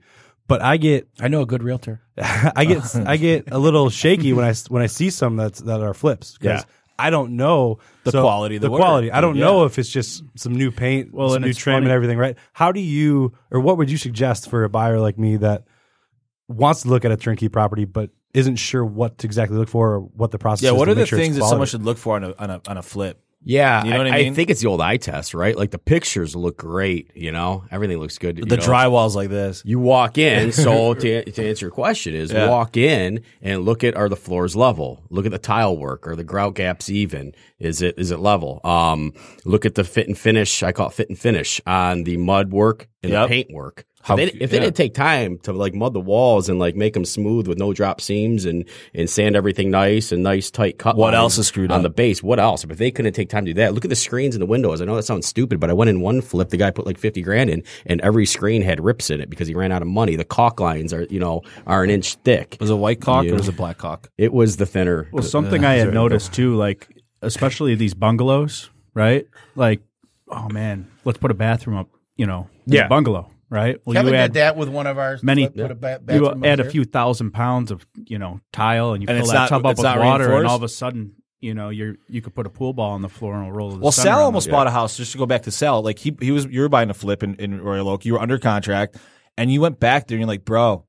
S7: but I get
S5: I know a good realtor.
S7: I get I get a little shaky when I when I see some that's that are flips. 'cause
S6: Yeah.
S7: I don't know
S3: The quality of the
S7: the
S3: work.
S7: quality. I don't
S3: Yeah.
S7: know if it's just some new paint,
S4: Well,
S7: some
S4: and
S7: new
S4: it's
S7: trim, and
S4: funny.
S7: everything. Right? How do you or what would you suggest for a buyer like me that wants to look at a turnkey property but isn't sure what to exactly look for or what the process?
S3: yeah,
S7: is
S3: what
S7: to
S3: are the
S7: make sure it's
S3: things that someone
S7: quality?
S3: should look for on a on a, on a flip?
S6: yeah,
S3: You know what I mean?
S6: think it's the old eye test, right? Like the pictures look great. You know, everything looks good. you
S3: The
S6: know?
S3: drywall's like this.
S6: You walk in. So to, to answer your question is
S3: Yeah.
S6: walk in and look at are the floors level? Look at the tile work. Are the grout gaps even? Is it is it level? Um, look at the fit and finish. I call it fit and finish on the mud work and
S3: Yep.
S6: the paint work.
S3: How-
S6: if they, if they
S3: yeah.
S6: didn't take time to like mud the walls and like make them smooth with no drop seams and and sand everything nice and nice tight cut.
S3: What
S6: lines
S3: else is screwed
S6: on
S3: up?
S6: the base? What else? If they couldn't take time to do that, look at the screens in the windows. I know that sounds stupid, but I went in one flip. The guy put like fifty grand in, and every screen had rips in it because he ran out of money. The caulk lines are you know are an inch thick.
S3: Was it a white cock
S6: Yeah.
S3: or was it a black cock?
S6: It was the thinner.
S4: Well, something I had noticed too, like especially these bungalows, right? Like, oh man, let's put a bathroom up, you know, in a
S6: Yeah.
S4: bungalow, right? Well,
S5: Kevin
S4: you
S5: did
S4: add
S5: that with one of ours.
S4: many,
S5: Put a ba-
S4: you
S5: bathroom up
S4: add a
S5: there.
S4: few thousand pounds of you know tile, and you
S3: And
S4: fill
S3: it's
S4: that
S3: not-
S4: tub up
S3: it's
S4: with
S3: not
S4: water, and
S3: reinforced?
S4: all of a sudden, you know, you're you could put a pool ball on the floor and roll. The
S3: Well,
S4: sun
S3: Sal
S4: around
S3: almost
S4: it.
S3: bought a house. Just to go back to Sal, like he he was you were buying a flip in, in Royal Oak. You were under contract, and you went back there. and You're like, bro,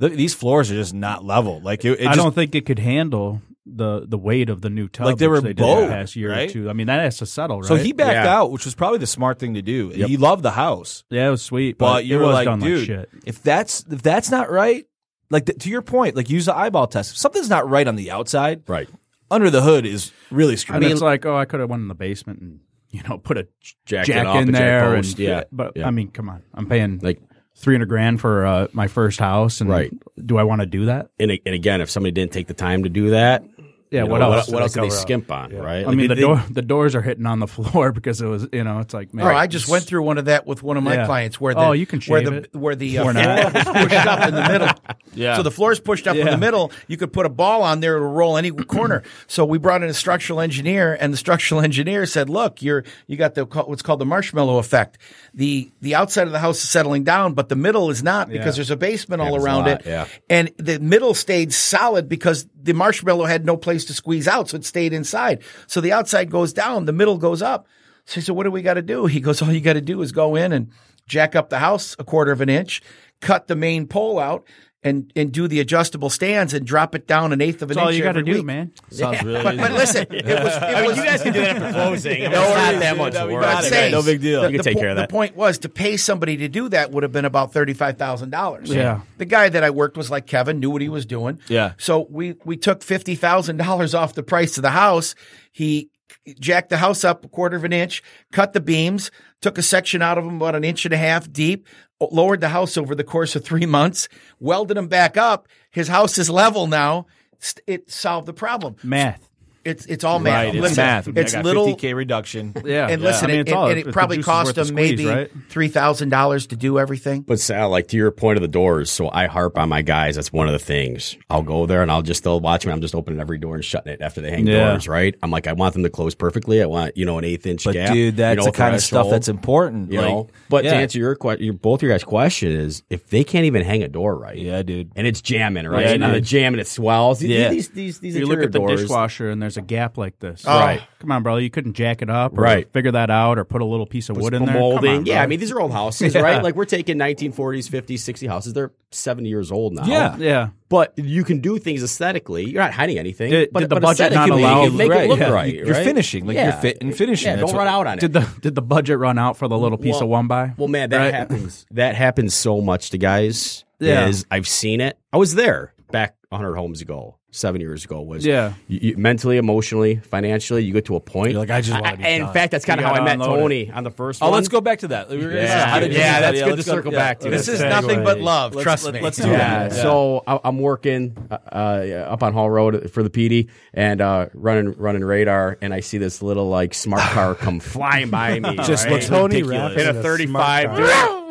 S3: th- these floors are just not level. Like it, it
S4: I
S3: just-
S4: don't think it could handle the the weight of the new tub.
S3: Like, they
S4: which
S3: were
S4: did the
S3: both,
S4: past year
S3: right?
S4: or two. I mean, that has to settle, right?
S3: So he backed
S6: Yeah.
S3: out, which was probably the smart thing to do. He loved the house,
S4: yeah, it was sweet,
S3: but,
S4: but,
S3: you
S4: it
S3: were
S4: was
S3: like,
S4: done
S3: dude,
S4: like shit.
S3: if that's if that's not right, like th- to your point, like use the eyeball test. If something's not right on the outside,
S6: right.
S3: under the hood is really
S4: I
S3: screwed.
S4: mean,
S3: up.
S4: it's like, oh, I could have went in the basement and you know put a
S6: Jack,
S4: jack,
S6: it up
S4: in
S6: and jack
S4: there,
S6: post,
S4: and,
S6: yeah.
S4: But
S6: Yeah.
S4: I mean, come on, I'm paying like
S6: Like
S4: three hundred grand for uh, my first house, and
S6: Right.
S4: do I want to do that?
S6: and, a- and again, if somebody didn't take the time to do that,
S4: Yeah,
S6: you know,
S4: what else?
S6: What, else did they
S7: cover up?
S6: skimp on? Right.
S4: I mean, the door the doors are hitting on the floor because it was you know it's like man,
S5: Oh, I just went through one of that with one of my
S4: Yeah.
S5: clients where the
S4: Oh, you can
S5: where
S4: shave
S5: the
S4: it.
S5: where the uh,
S4: Or
S5: floor
S4: not.
S5: was pushed up in the middle.
S3: Yeah.
S5: So the floor is pushed up in
S4: Yeah.
S5: the middle. You could put a ball on there to roll any corner. So we brought in a structural engineer, and the structural engineer said, "Look, you're you got the co- what's called the marshmallow effect. The the outside of the house is settling down, but the middle is not because there's a basement all
S6: Happens a
S5: around it.
S6: lot, yeah.
S5: And the middle stayed solid because the marshmallow had no place to squeeze out, so it stayed inside. So the outside goes down, the middle goes up. So he said, What do we got to do? He goes, All you got to do is go in and jack up the house a quarter of an inch, cut the main pole out, and and do the adjustable stands and drop it down an eighth of an
S4: That's all
S5: inch
S4: you got to
S5: every
S4: do,
S5: week.
S4: man.
S3: Sounds really
S5: But, but listen, it was, it
S8: I mean,
S5: was
S8: you guys can do that after closing. I mean,
S6: No
S8: it's not
S6: worries,
S8: that
S6: dude.
S8: much
S6: No, we
S8: work.
S6: got it.
S8: It's
S5: Saying,
S8: no big deal.
S5: The,
S6: You can
S5: the
S6: take
S5: po-
S6: care of that.
S5: The point was to pay somebody to do that would have been about thirty five thousand dollars.
S4: Yeah.
S5: The guy that I worked was like Kevin knew what he was doing.
S3: Yeah.
S5: So we we took fifty thousand dollars off the price of the house. He jacked the house up a quarter of an inch, cut the beams, took a section out of them about an inch and a half deep, o- lowered the house over the course of three months, welded them back up. His house is level now. St- It solved the problem.
S4: Math.
S5: It's it's all math.
S3: right. It's
S5: Listen,
S3: math.
S5: It's little
S3: 50k reduction.
S4: Yeah.
S5: and listen,
S4: I mean,
S5: it-
S4: it's
S5: it,
S4: all-
S5: and it
S4: the
S5: probably
S4: juice is
S5: cost
S4: worth the
S5: them
S4: squeeze,
S5: maybe
S4: right?
S5: three thousand dollars to do everything.
S6: But Sal, like to your point of the doors, so I harp on my guys. That's one of the things. I'll go there and I'll just they'll watch me. I'm just opening every door and shutting it after they hang
S4: Yeah.
S6: doors, right? I'm like, I want them to close perfectly. I want you know an eighth inch
S3: But
S6: gap.
S3: dude, that's
S6: you know,
S3: the kind of stuff
S6: threshold,
S3: that's important.
S6: You
S3: like,
S6: know, but
S3: yeah.
S6: to answer your question, your, both your guys' question is if they can't even hang a door right,
S3: yeah, dude.
S6: and it's jamming, right?
S3: Yeah,
S6: and now
S3: dude.
S6: the jam and it swells.
S3: Yeah.
S6: These these these
S4: you look
S6: interior
S4: at the
S6: doors, Oh.
S4: dishwasher and there's a gap like this.
S6: Right.
S4: Come on, bro. You couldn't jack it up or
S6: Right.
S4: figure that out or put a little piece of wood in there. Come
S6: molding.
S4: on,
S6: yeah,
S4: bro.
S6: I mean these are old houses, right? Like we're taking 1940s, 50s, 60s houses. They're 70 years old now.
S3: Yeah.
S4: yeah.
S6: But you can do things aesthetically. You're not hiding anything.
S4: Did-
S6: but
S4: did the
S6: but
S4: budget not
S6: aesthetically,
S4: allow-
S6: You can make
S3: Right,
S6: it look
S3: yeah.
S6: right.
S3: You're
S6: right?
S3: finishing, like, you're fit and finishing.
S6: Yeah,
S3: That's
S6: don't
S3: what-
S6: run out on
S4: Did
S6: it.
S4: the did the budget run out for the little piece
S6: Well-
S4: of one by?
S6: well, man, that
S4: Right.
S6: happens. That happens so much to guys.
S4: Yeah.
S6: Is I've seen it. I was there back 100 homes ago, seven years ago. Was
S4: Yeah.
S6: You, you- mentally, emotionally, financially, you get to a point.
S7: You're like, I just wanna be
S6: and In
S7: done.
S6: fact, that's kind
S4: You
S6: of how I
S4: gotta
S6: met
S4: unload it.
S6: Tony on the first
S3: Oh,
S6: one.
S3: let's go back to that. We were-
S6: Yeah,
S3: did you
S6: yeah,
S3: do
S6: that's
S3: that?
S6: good
S3: let's
S6: to circle back to.
S3: let's-
S5: This is
S7: segue.
S5: nothing but love.
S3: let's-
S5: trust
S3: let-
S5: me.
S3: Let's do
S6: Yeah.
S3: that.
S6: So I, I'm working uh, uh, up on Hall Road for the PD and uh, running running radar, and I see this little like smart car come flying by me.
S3: Just
S6: right?
S3: looks
S7: Tony
S3: ridiculous.
S7: Rapp
S6: in a
S7: smart
S6: 35,
S7: car.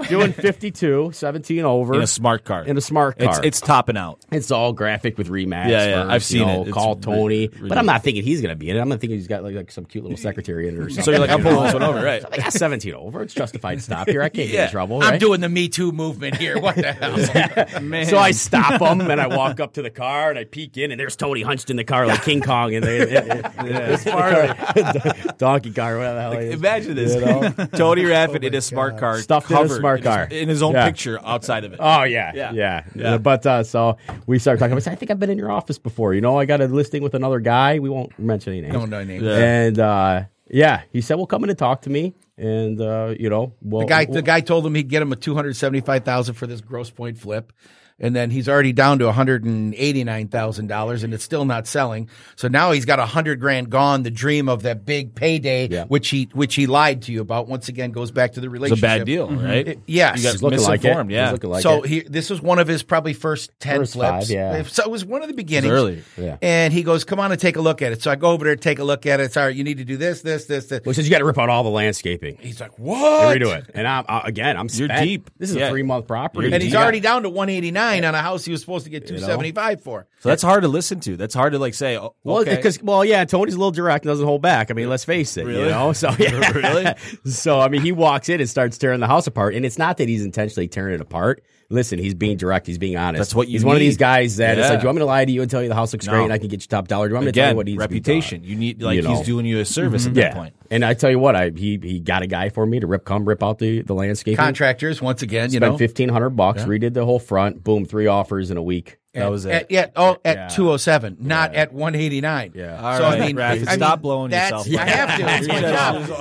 S6: doing, doing 52, 17 over
S3: in a smart car.
S6: In a smart car.
S3: It's, it's topping out.
S6: It's all graphic with remax.
S3: Yeah, yeah,
S6: first,
S3: I've
S6: you
S3: seen
S6: know,
S3: it. It's
S6: Call
S3: ri-
S6: Tony, but I'm
S3: ridiculous.
S6: not thinking he's gonna be in it. I'm not thinking he's got like, like some cute little secretary in it or something.
S3: So you're like, I'm
S6: you
S3: pulling
S6: know?
S3: this one over, right?
S6: I got 17 over. It's justified stop here. I can't get in trouble.
S5: I'm
S6: right?
S5: doing the Me Too movement here. What the hell?
S6: So I stop him and I walk up to the car and I peek in and there's Tony hunched in the car like King Kong and they, this car, donkey car, whatever the hell it is.
S3: Imagine this: Tony Raffin in a smart car,
S6: Oh Stuffed in a
S3: covered
S6: smart
S3: in his-
S6: car.
S3: in his own
S6: Yeah.
S3: picture outside of it.
S6: Oh yeah,
S3: Yeah.
S6: yeah, yeah.
S3: Yeah.
S6: But uh, so we started talking. I said, I think I've been in your office before. You know, I got a listing with another guy. We won't mention any names.
S5: Don't know names.
S3: Yeah.
S6: And uh, yeah, he said, "Well, come in and talk to me." And uh, you know, well,
S5: The guy,
S6: well,
S5: the guy told him he'd get him a two hundred seventy-five thousand for this gross point flip, and then he's already down to one hundred and eighty-nine thousand dollars, and it's still not selling. So now he's got a hundred grand gone. The dream of that big payday,
S6: Yeah.
S5: which he which he lied to you about, once again goes back to the
S3: It's
S5: relationship.
S3: a bad deal,
S6: Mm-hmm.
S3: right?
S5: yes.
S3: you got
S6: he's looking like it.
S3: misinformed.
S6: He's
S3: Yeah,
S6: looking like
S5: so
S6: it.
S5: he, this was one of his probably first ten
S6: First
S5: flips.
S6: five, yeah.
S5: So it was one of the beginnings.
S3: early,
S6: yeah.
S5: And he goes, "Come on and take a look at it." So I go over there, take a look at it. It's all right. You need to do this, this, this, this.
S6: Well, he says you got to rip out all the landscaping.
S5: He's like, "What?"
S6: And redo it. And I'm uh, again, I'm
S3: You're
S6: spent.
S3: deep.
S6: This is
S3: Yeah.
S6: a three month property,
S5: And he's
S6: You got-
S5: already down to 189 on a house he was supposed to get 275 for.
S3: So that's hard to listen to. That's hard to like say. Oh,
S6: Well,
S3: okay.
S6: because well, yeah, Tony's a little direct and doesn't hold back. I mean, let's face it, you
S3: Really?
S6: know. So yeah,
S3: Really?
S6: So I mean, he walks in and starts tearing the house apart, and it's not that he's intentionally tearing it apart. Listen, he's being direct. He's being honest.
S3: That's what you
S6: He's one of
S3: need.
S6: these guys that it's
S3: Yeah.
S6: like, do you want me to lie to you and tell you the house looks
S3: No.
S6: great and I can get you top dollar? Do you want me to tell
S3: again,
S6: you what needs
S3: reputation.
S6: To
S3: You need like
S6: you know.
S3: he's doing you a service at
S6: be done?
S3: that
S6: yeah.
S3: point.
S6: And I tell you what, I he he got a guy for me to rip come rip out the the landscaping.
S3: Mhm.
S5: Contractors, once again, you
S6: Spent
S5: know.
S6: fifteen hundred bucks. Redid the whole front. Boom, three offers in a week.
S3: That was it.
S5: At, yeah, oh, at 207, not at 189.
S6: Yeah.
S3: All right, Raph, stop blowing
S5: that's-
S3: yourself
S5: I
S3: up.
S5: have to. It's my
S3: Yeah.
S5: job.
S6: I know.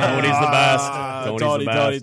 S6: Ah, Tony's the best. Tony's
S3: Ah, Tony,
S6: the
S3: Tony,
S6: best.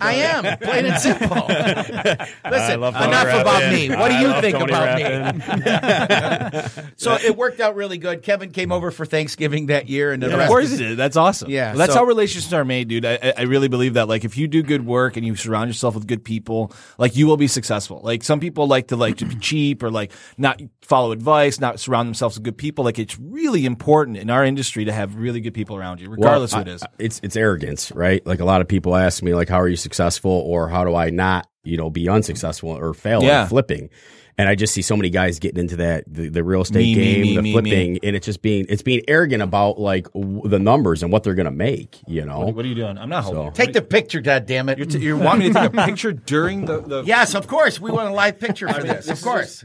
S5: I am, plain and simple. Listen, enough
S6: love Tony
S5: about
S6: Rappin.
S5: me. What do
S6: I
S5: you
S6: love
S5: think
S6: Tony
S5: about
S6: Rappin.
S5: me? so it worked out really good. Kevin came over for Thanksgiving that year, and the
S3: Of
S5: rest
S3: course it is. That's awesome.
S5: Yeah,
S3: Well, that's
S5: so-
S3: how relationships are made, dude. I, I- I really believe that. Like, if you do good work and you surround yourself with good people, like you will be successful. Like some people like to like to be cheap or like not follow advice, not surround themselves with good people. Like it's really important in our industry to have really good people around you, regardless
S6: Well,
S3: who it is.
S6: I- It's it's arrogance, right? Like a lot of people ask me, like, how are you successful, or how do I not, you know, be unsuccessful or fail
S3: Yeah.
S6: at flipping? And I just see so many guys getting into that the, the real estate
S3: Me, me,
S6: game,
S3: me,
S6: the
S3: me,
S6: flipping, and it's just being it's being arrogant about like w- the numbers and what they're gonna make, you know.
S3: what are you doing? I'm not holding.
S5: Take the picture, goddammit.
S3: You're, t- you want me to take a picture during the, the
S5: yes, of course. We want a live picture for this. Of course.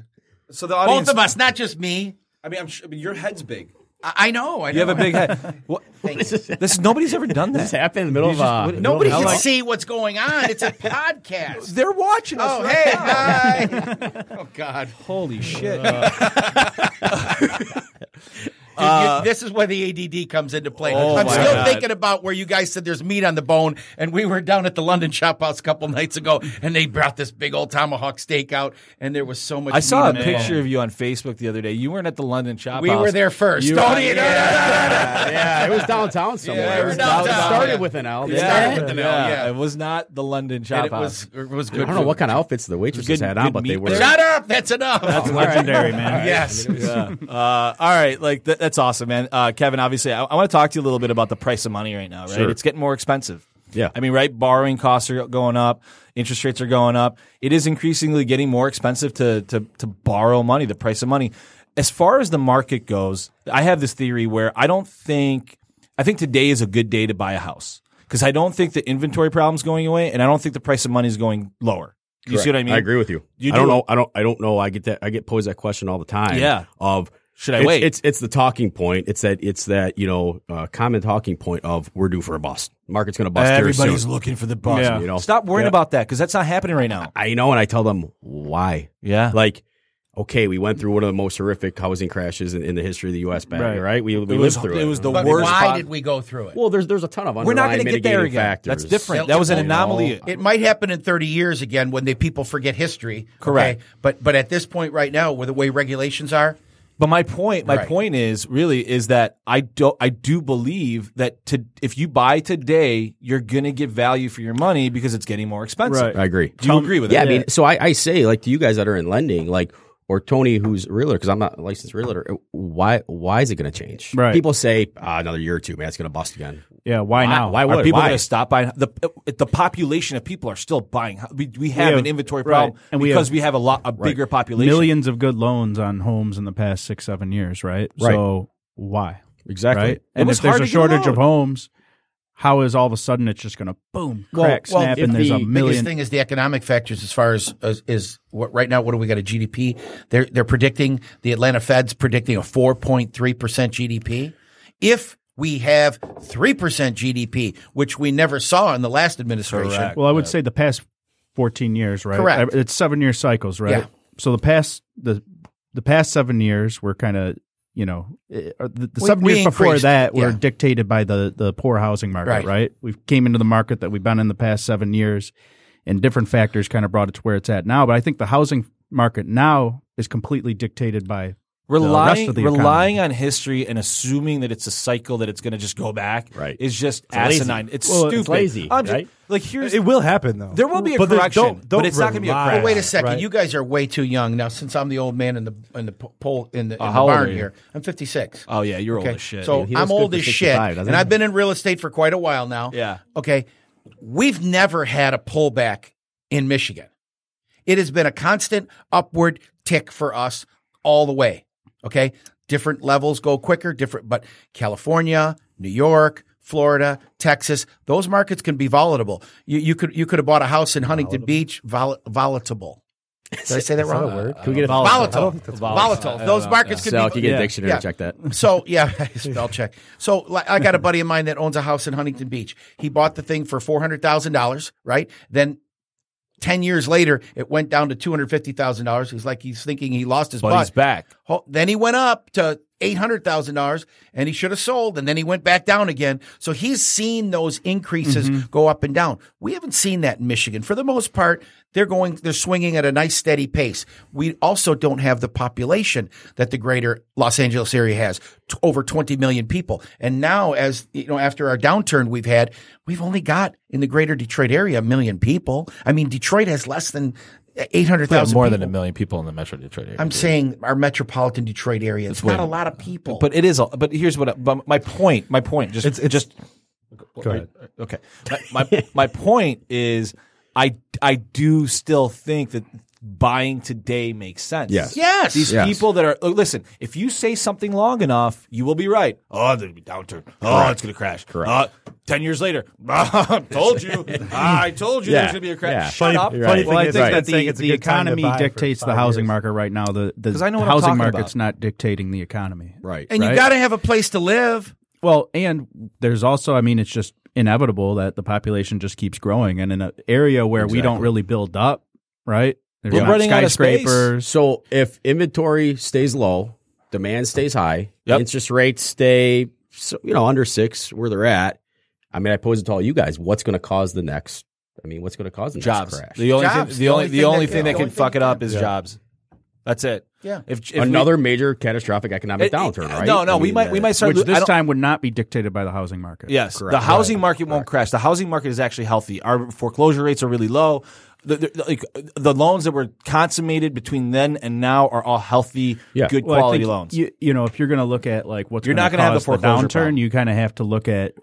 S3: So the
S5: Both
S3: audience.
S5: of us, not just me.
S3: I mean, I'm sure, I mean, your head's big.
S5: I I know. I know.
S3: You have a big head. What, this nobody's ever done that.
S6: This happened in the middle
S3: You
S6: of
S3: just-
S6: uh,
S3: what-
S5: Nobody
S6: middle
S5: can
S6: of-
S5: see what's going on. It's a podcast.
S3: They're watching us.
S5: Oh,
S3: right
S5: hey,
S3: now.
S5: hi. Oh, God.
S3: Holy shit!
S5: Oh, Dude, you- this is where the ADD comes into play.
S3: Oh
S5: I'm
S3: my
S5: still
S3: God.
S5: thinking about where you guys said there's meat on the bone, and we were down at the London Chop House a couple nights ago, and they brought this big old tomahawk steak out, and there was so much.
S3: I saw a
S5: meat on the bone.
S3: picture of you on Facebook the other day. You weren't at the London Chop
S5: We
S3: House.
S5: were there first. Oh,
S3: You-
S5: Don't eat
S6: yeah, yeah, it was downtown somewhere.
S5: Yeah, it was
S6: It was- it
S5: downtown.
S6: started with an L.
S5: It started with an L, yeah.
S3: It was not the London Chop
S5: And it was
S3: House.
S5: it was
S6: I
S5: good.
S6: don't know what
S5: food.
S6: kind of outfits the waitresses
S3: Good-
S6: had on,
S3: good
S6: but they
S3: meat
S6: were.
S3: there.
S5: Shut up! That's enough. That's
S4: legendary, man.
S5: Yes.
S3: Yeah. Uh, all right, like th- that's awesome, man. Uh, Kevin, obviously, I, I want to talk to you a little bit about the price of money right now. Right,
S6: Sure.
S3: it's getting more expensive.
S6: Yeah.
S3: I mean, right? Borrowing costs are going up, interest rates are going up. It is increasingly getting more expensive to to to borrow money. The price of money, as far as the market goes, I have this theory where I don't think I think today is a good day to buy a house because I don't think the inventory problem's going away, and I don't think the price of money is going lower. You see what I mean?
S6: I agree with you.
S3: You
S6: I don't
S3: do.
S6: know. I don't. I don't know. I get that. I get posed that question all the time.
S3: Yeah.
S6: Of
S3: Should I
S6: it's,
S3: wait?
S6: It's it's the talking point. It's that it's that you know uh, common talking point of we're due for a bust. Market's going to bust. here
S3: Everybody's
S6: soon.
S3: looking for the bus.
S6: Yeah. You know?
S3: Stop worrying
S6: Yeah.
S3: about that because that's not happening right now.
S6: I know, and I tell them why.
S3: Yeah.
S6: Like, okay, we went through one of the most horrific housing crashes in, in the history of the U.S. Back, right?
S4: Right.
S6: We, we
S3: it
S6: lived
S3: was,
S6: through it.
S3: it was the
S5: But
S3: worst.
S5: why
S3: po-
S5: did we go through it?
S6: well, there's there's a ton of
S3: We're not
S6: going to
S3: get there again.
S6: Factors.
S3: That's different. That was an
S6: You know?
S3: anomaly.
S5: It might happen in 30 years again when they people forget history.
S3: Correct.
S5: okay? But but at this point right now, with the way regulations are,
S3: But my point, my
S5: Right.
S3: point is really is that I do I do believe that to if you buy today, you're gonna get value for your money because it's getting more expensive.
S4: Right.
S6: I agree.
S3: Do you agree with
S6: yeah,
S3: that?
S6: I mean, so I, I say like to you guys that are in lending, like or Tony who's a realtor because I'm not a licensed realtor. uh, Why why is it going to change?
S4: Right.
S6: People say "Ah, another year or two, man, it's going to bust again.
S4: Yeah, why
S6: Why-
S4: now?
S6: why
S3: Are
S6: would
S3: people
S6: why?
S3: going to stop buying? The the population of people are still buying. We, we have,
S4: have-
S3: an inventory
S4: right.
S3: problem
S4: And we
S3: because
S4: have-
S3: we have a lot a bigger population.
S4: Millions of good loans on homes in the past six, seven years, right?
S6: Right.
S4: So why?
S6: Exactly.
S4: Right? And
S3: was
S4: if there's
S3: hard
S4: a
S3: to get a
S4: shortage
S3: loan.
S4: of homes, how is all of a sudden it's just going to boom, crack,
S6: well,
S4: snap,
S6: if
S4: and there's
S6: the
S4: a
S6: biggest
S5: biggest
S4: million?
S5: thing is the economic factors as far as, as is what right now what do we got a GDP they're they're predicting the Atlanta Fed's predicting a 4.3% GDP if we have 3% GDP which we never saw in the last administration
S3: Correct.
S4: Well, I would say the past 14 years, right?
S5: Correct.
S4: I- It's seven year cycles, right?
S5: Yeah.
S4: So the past the the past seven years were kind of you know eh, or the, the
S5: We-
S4: seven
S5: we
S4: years before
S5: increased,
S4: that were
S5: yeah.
S4: dictated by the the poor housing market,
S5: Right.
S4: right? We came into the market that we've been in the past seven years, and different factors kind of brought it to where it's at now. But I think the housing market now is completely dictated by the rest
S3: relying
S4: of the
S3: relying on history and assuming that it's a cycle that it's going to just go back
S6: Right.
S3: is just
S6: lazy.
S3: asinine. It's
S6: Well, it's
S3: stupid.
S6: lazy,
S3: I'm just-
S6: right?
S3: Like here's
S7: It will happen though.
S3: There will be a
S7: then
S3: correction,
S7: don't, don't
S3: but it's not gonna be a
S7: rely
S3: correction.
S7: on
S5: Wait a
S7: it,
S5: second,
S7: right?
S5: you guys are way too young now. Since I'm the old man in the in the po- pole in the, in the
S3: Uh, how old
S5: barn
S3: are you?
S5: here, I'm 56.
S3: oh yeah, you're
S5: Okay.
S3: old as shit.
S5: So
S6: dude. He looks
S5: I'm
S6: good
S5: old
S6: for
S5: as shit,
S6: 65,
S5: and
S6: doesn't he?
S5: I've been in real estate for quite a while now.
S3: Yeah.
S5: Okay. We've never had a pullback in Michigan. It has been a constant upward tick for us all the way. Okay. Different levels go quicker, different, but California, New York, Florida, Texas, those markets can be volatile. You, you could you could have bought a house in Huntington Beach, vol- volatile. Did I say that wrong?
S6: Can we get a
S5: Volatile. Volatile. Those markets could
S6: Sal,
S5: be
S6: can you get a
S4: Yeah.
S6: dictionary
S5: Yeah.
S6: to check that?
S5: so yeah, spell check. So like, I got a buddy of mine that owns a house in Huntington Beach. He bought the thing for four hundred thousand dollars, right? Then ten years later, it went down to two hundred fifty thousand dollars. He's like he's thinking he lost his
S3: but
S5: butt.
S3: he's back.
S5: Ho- Then he went up to eight hundred thousand dollars, and he should have sold. And then he went back down again. So he's seen those increases
S3: Mm-hmm.
S5: go up and down. We haven't seen that in Michigan for the most part. They're going, they're swinging at a nice steady pace. We also don't have the population that the greater Los Angeles area has, t- over twenty million people. And now, as you know, after our downturn we've had, we've only got in the greater Detroit area a million people. I mean, Detroit has less than. 800,000
S3: more
S5: people.
S3: than a million people in the Metro Detroit area.
S5: I'm saying our metropolitan Detroit area. It's not a lot of people.
S3: but it is. a- But here's what. I- But my point. My point. Just. It's, just.
S7: Go ahead.
S3: Okay. My, my my point is I I do still think that buying today makes sense.
S6: Yes.
S5: Yes.
S3: These
S6: Yes.
S3: people that are look, listen, if you say something long enough, you will be right. Oh, there'll be downturn. Oh, it's gonna crash.
S6: Correct.
S3: Uh, Ten years later, told you. I told you
S6: Yeah.
S3: there's gonna be a crash.
S6: Yeah.
S3: Shut
S7: Funny-
S3: up.
S7: funny Well,
S4: Well, I
S7: thing is,
S4: think
S6: right.
S4: that
S7: it's like
S4: the,
S7: it's a
S4: the
S7: good time to
S4: economy
S7: buy for
S4: dictates the
S7: five
S4: housing
S7: years.
S4: market right now. The the,
S3: 'Cause I know
S4: the
S3: what I'm
S4: housing
S3: talking
S4: market's
S3: about.
S4: not dictating the economy.
S6: Right.
S5: and you
S4: Right.
S5: got to have a place to live.
S4: Well, and there's also, I mean, it's just inevitable that the population just keeps growing, and in an area where we don't really build up, right? There's
S3: We're
S4: not
S3: running out of space.
S4: skyscrapers.
S6: So if inventory stays low, demand stays high,
S3: Yep.
S6: interest rates stay so, you know under six where they're at. I mean, I pose it to all you guys. What's going to cause the next? I mean, what's going to cause the
S3: Jobs.
S6: next crash?
S3: The only
S5: Jobs.
S3: thing, the only the only thing that
S5: the
S3: can
S5: only
S3: fuck
S5: thing
S3: it up
S5: that-
S3: is
S5: Yeah.
S3: jobs. That's it.
S5: Yeah.
S3: If, if we-
S6: Another major catastrophic economic
S3: It- it-
S6: downturn, right?
S3: No, no,
S6: I
S3: we
S6: mean,
S3: might
S6: uh,
S3: we might start.
S4: Which
S3: lo- I
S4: this
S3: don't-
S4: time would not be dictated by the housing market.
S3: Yes, the
S6: Correct.
S3: housing market won't crash. The housing market is actually healthy. Our foreclosure rates are really low. The, the, like, the loans that were consummated between then and now are all healthy,
S6: Yeah.
S3: good
S4: Well, I
S3: quality
S4: think
S3: loans.
S4: You, you know, if you're going to look at like what's
S3: You're not
S4: going to
S3: gonna have the foreclosure
S4: downturn,
S3: problem.
S4: you kind of have to look at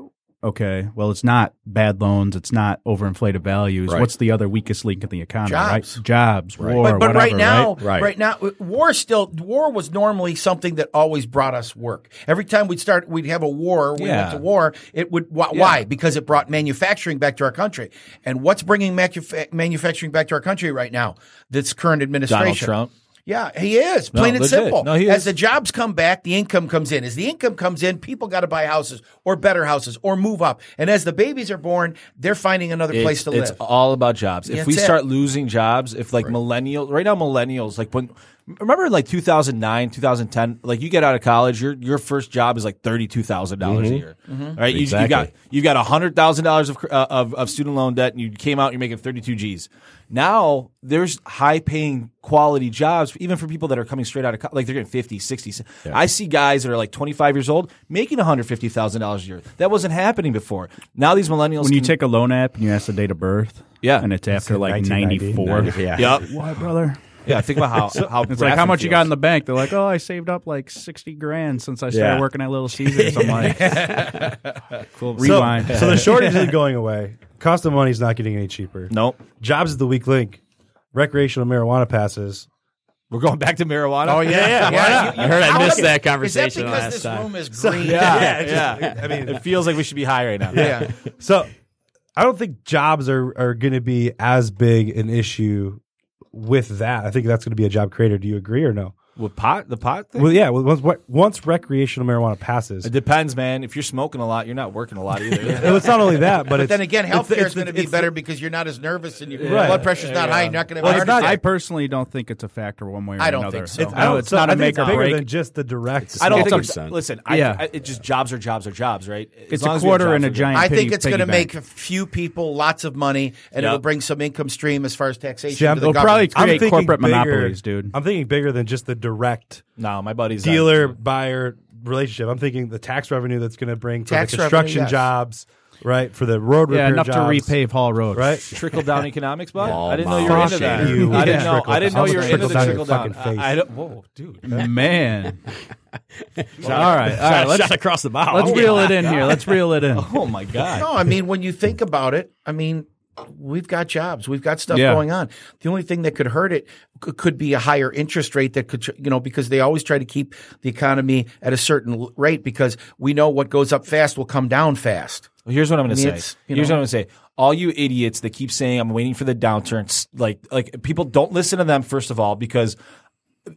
S4: okay, well, it's not bad loans, it's not overinflated values.
S6: Right.
S4: What's the other weakest link in the economy?
S5: Jobs.
S4: Right, jobs, war,
S5: but but right
S4: whatever,
S5: now,
S4: right?
S5: right.
S6: Right.
S5: now, war still war was normally something that always brought us work. Every time we'd start, we'd have a war. We went
S3: Yeah.
S5: to war. It would why? why? Because it brought manufacturing back to our country. And what's bringing manufa- manufacturing back to our country right now? This current administration.
S3: Donald Trump.
S5: Yeah, he is. Plain and
S3: legit.
S5: simple.
S3: No, he
S5: As
S3: is.
S5: the jobs come back, the income comes in. As the income comes in, people got to buy houses or better houses or move up. And as the babies are born, they're finding another place
S3: it's,
S5: to
S3: it's
S5: live.
S3: all about jobs. If
S5: That's
S3: we
S5: it.
S3: start losing jobs, if like millennials, right now millennials, like when remember in like 2009, 2010, like you get out of college, your your first job is like thirty two thousand
S4: Mm-hmm.
S3: dollars a year,
S5: Mm-hmm.
S3: right? You, you got you got hundred thousand dollars of, cr- uh, of of student loan debt, and you came out, you're making thirty two G's. Now there's high paying quality jobs, even for people that are coming straight out of college, like they're getting 50, 60. I see guys that are like 25 years old making $150,000 a year. That wasn't happening before. Now these millennials
S4: When you
S3: can-
S4: take a loan app and you ask the date of birth,
S3: Yeah.
S4: and it's after like
S7: 1990.
S4: 94.
S6: Yeah.
S3: Yep.
S4: Why, brother?
S3: Yeah, think about how how
S4: It's like how much you got in the bank. They're like, oh, I saved up like sixty grand since I started
S6: Yeah.
S4: working at Little Caesars. I'm like, cool.
S7: So,
S4: Rewind.
S7: so the shortage is going away. Cost of money is not getting any cheaper.
S3: Nope.
S7: Jobs is the weak link. Recreational marijuana passes.
S3: We're going back to marijuana.
S5: Oh yeah, yeah.
S6: I heard I
S5: How
S6: missed
S5: is-
S6: that
S5: Is that
S6: conversation
S5: because
S6: last
S5: this
S6: time.
S5: room is green?
S3: yeah, yeah.
S7: I mean,
S3: It feels like we should be high right now.
S5: yeah.
S7: So I don't think jobs are, are going to be as big an issue with that. I think that's going to be a job creator. Do you agree or no?
S3: With pot, the pot thing.
S7: Well, yeah. well, Once, what- once recreational marijuana passes,
S3: it depends, man. If you're smoking a lot, you're not working a lot either.
S7: well, it's not only that, but, it's,
S5: Then again, healthcare is
S7: it's the-
S5: going to be
S7: it's the-
S5: better because you're not as nervous and your
S7: Right.
S5: blood pressure's not high. You're not going to
S7: Well,
S5: have a
S7: it's not-
S5: heart
S4: I
S5: attack.
S4: personally don't think it's a factor one way or
S5: I don't
S4: another.
S5: think so.
S4: I don't-
S7: I
S4: it's
S7: don't-
S4: not
S7: I
S4: a
S7: think
S4: make
S7: it's
S4: or
S7: bigger
S4: break.
S7: than just the direct.
S3: I don't
S6: It's
S3: think.
S6: a percent.
S3: listen, I,
S4: Yeah.
S3: I, it just jobs are jobs are jobs, right? As
S4: It's
S3: long
S4: a
S3: as we have
S4: quarter
S3: jobs,
S4: and a
S3: we're good.
S4: giant.
S5: I think
S4: piggy-
S5: it's going to
S4: piggy
S5: make
S4: bank.
S5: a few people lots of money, and
S3: Yeah.
S5: it'll bring some income stream as far as taxation.
S7: See, I'm-
S5: to the
S7: they'll
S5: government.
S4: probably- create corporate monopolies, dude.
S7: I'm thinking bigger than just the direct
S3: No, my buddy's not.
S7: dealer buyer relationship. I'm thinking the tax revenue that's going to bring for
S5: Tax
S7: the
S5: revenue,
S7: construction
S5: yes.
S7: jobs, right? For the road
S4: yeah,
S7: repair
S4: enough to
S7: jobs,
S4: repave Hall Road.
S7: right?
S3: trickle down economics, bud.
S6: Oh,
S3: I didn't know you
S6: my
S3: were into
S6: shit.
S3: that.
S7: You-
S3: I didn't
S7: Yeah.
S3: know. I didn't know
S7: Trickle
S3: you were
S7: down.
S3: into the trickle
S7: Trickle down your
S3: down.
S7: fucking
S3: I, I don't, whoa, dude.
S4: man. all right, all right. Let's
S6: Shot across the bow.
S4: let's reel it in here. Let's reel it in.
S3: Oh my god.
S5: No, I mean when you think about it, I mean we've got jobs, we've got stuff
S4: Yeah.
S5: going on. The only thing that could hurt it c- could be a higher interest rate that could, tr- you know, because they always try to keep the economy at a certain l- rate because we know what goes up fast will come down fast.
S3: Well, here's what I'm going
S5: mean,
S3: to
S5: it's,
S3: say.
S5: you
S3: Here's what
S5: know-
S3: I'm going to say. All you idiots that keep saying I'm waiting for the downturn, s- like like people don't listen to them first of all because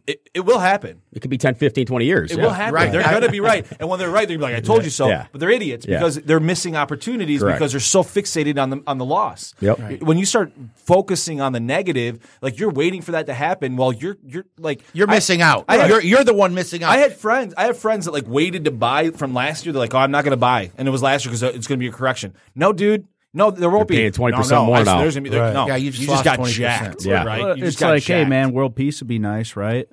S3: it, it will happen.
S6: It could be 10, 15, 20 years.
S3: It
S6: yeah.
S3: will happen.
S5: Right.
S3: They're going to be right, and when they're right, they're like, "I told you so."
S6: Yeah.
S3: But they're idiots
S6: Yeah.
S3: because they're missing opportunities
S6: Correct.
S3: because they're so fixated on the on the loss.
S6: Yep. Right.
S3: When you start focusing on the negative, like you're waiting for that to happen, while you're you're like
S5: You're
S3: I-
S5: missing out.
S3: I had-
S5: you're, you're the one missing out.
S3: I had friends. I have friends that like waited to buy from last year. They're like, "Oh, I'm not going to buy," and it was last year because it's going to be a correction. No, dude. No, there won't be.
S6: You're paying 20%
S3: no, no,
S6: more
S3: I-
S6: now.
S3: There's gonna be,
S7: Right.
S3: no.
S5: Yeah, you just lost
S3: got
S5: 20%.
S3: jacked.
S6: Yeah.
S3: right.
S4: Well,
S3: You just
S4: it's
S3: got
S4: like, hey
S3: jacked.
S4: man, world peace would be nice, right?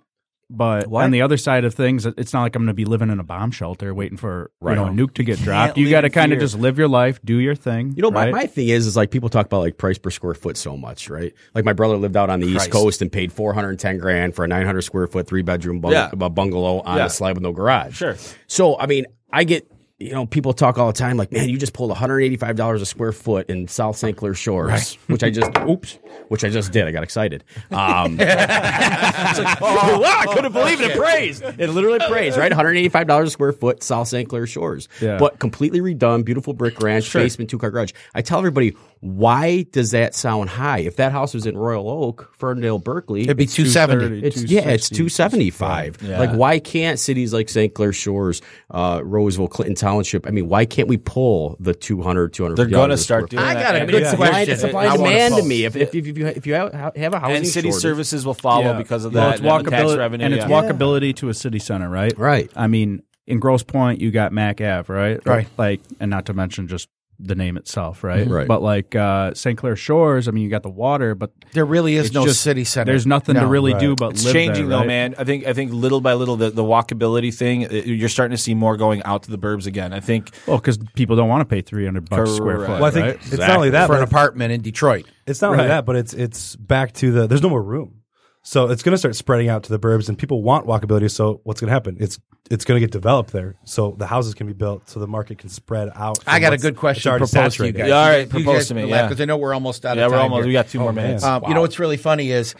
S4: But
S3: What?
S4: on the other side of things, it- it's not like I'm going to be living in a bomb shelter waiting for
S6: Right.
S4: you know a nuke to get dropped. You
S3: live
S4: got to
S3: in
S4: kind of
S3: fear.
S4: just live your life, do your thing.
S6: You know,
S4: right?
S6: my, my thing is, is like people talk about like price per square foot so much, right? Like my brother lived out on the East Coast and paid 410 grand for a 900 square foot, three bedroom bung-
S3: Yeah.
S6: a bungalow on
S3: Yeah.
S6: a slab with no garage.
S3: Sure.
S6: So, I mean, I get you know, people talk all the time like, man, you just pulled $185 a square foot in South St. Clair Shores, which I just, oops, which I just did. I got excited. Um, it's like, wow, I couldn't believe it. It praised. It literally praised, right? $185 a square foot, South St. Clair Shores.
S4: Yeah.
S6: But completely redone, beautiful brick ranch, basement, two car garage. I tell everybody, why does that sound high? If that house was in Royal Oak, Ferndale, Berkeley,
S5: It'd be
S6: it's
S5: two seventy.
S4: 230.
S6: it's yeah, it's
S4: 260,
S6: two seventy five. Like, why can't cities like St. Clair Shores, uh, Roseville, Clinton Township? I mean, why can't we pull the 200, 200
S3: They're going to start doing
S5: I
S3: that.
S5: got a
S3: mean,
S5: good
S3: it's-
S5: question.
S6: Supply, it's supply
S5: I
S6: and
S5: wanna
S6: demand to
S5: solve.
S6: me. If, if, if, you if you have, have a housing
S3: And city
S6: shortage-
S3: services will follow because of
S4: Well,
S3: that. and the tax revenue.
S4: and it's
S3: yeah.
S4: walkability to a city center, right?
S6: Right.
S4: I mean, in Gross Point, you got Mac Ave, right?
S5: Right.
S4: Like, and not to mention just the name itself, right?
S6: Right.
S4: But like uh, St. Clair Shores, I mean, you got the water, but
S5: There really is
S4: it's
S5: no
S4: just-
S5: city center.
S4: There's nothing to
S5: No.
S4: really do
S7: right.
S4: but
S3: It's
S4: live
S3: changing
S4: there,
S3: though,
S4: right?
S3: man. I think I think little by little the, the walkability thing. uh, You're starting to see more going out to the burbs again. I think
S4: Well, because people don't want to pay 300 bucks a square
S3: Correct.
S4: foot.
S7: Well, I think
S4: right?
S7: it's not only that,
S5: for an
S7: but
S5: apartment in Detroit.
S7: It's not only that, but it's it's back to the there's no more room. So it's going to start spreading out to the burbs, and people want walkability. So what's going to happen? It's it's going to get developed there. So the houses can be built, so the market can spread out.
S5: I
S7: from
S5: got a
S7: what's-
S5: good
S7: it's
S5: question
S7: already
S5: proposed to you
S7: saturated.
S5: guys.
S3: Yeah, all right,
S5: You guys
S3: propose to me, yeah.
S5: because I know we're almost out
S3: yeah,
S5: of time.
S3: we're almost.
S5: here.
S3: We got Oh, two more minutes.
S5: Um, You know what's really funny is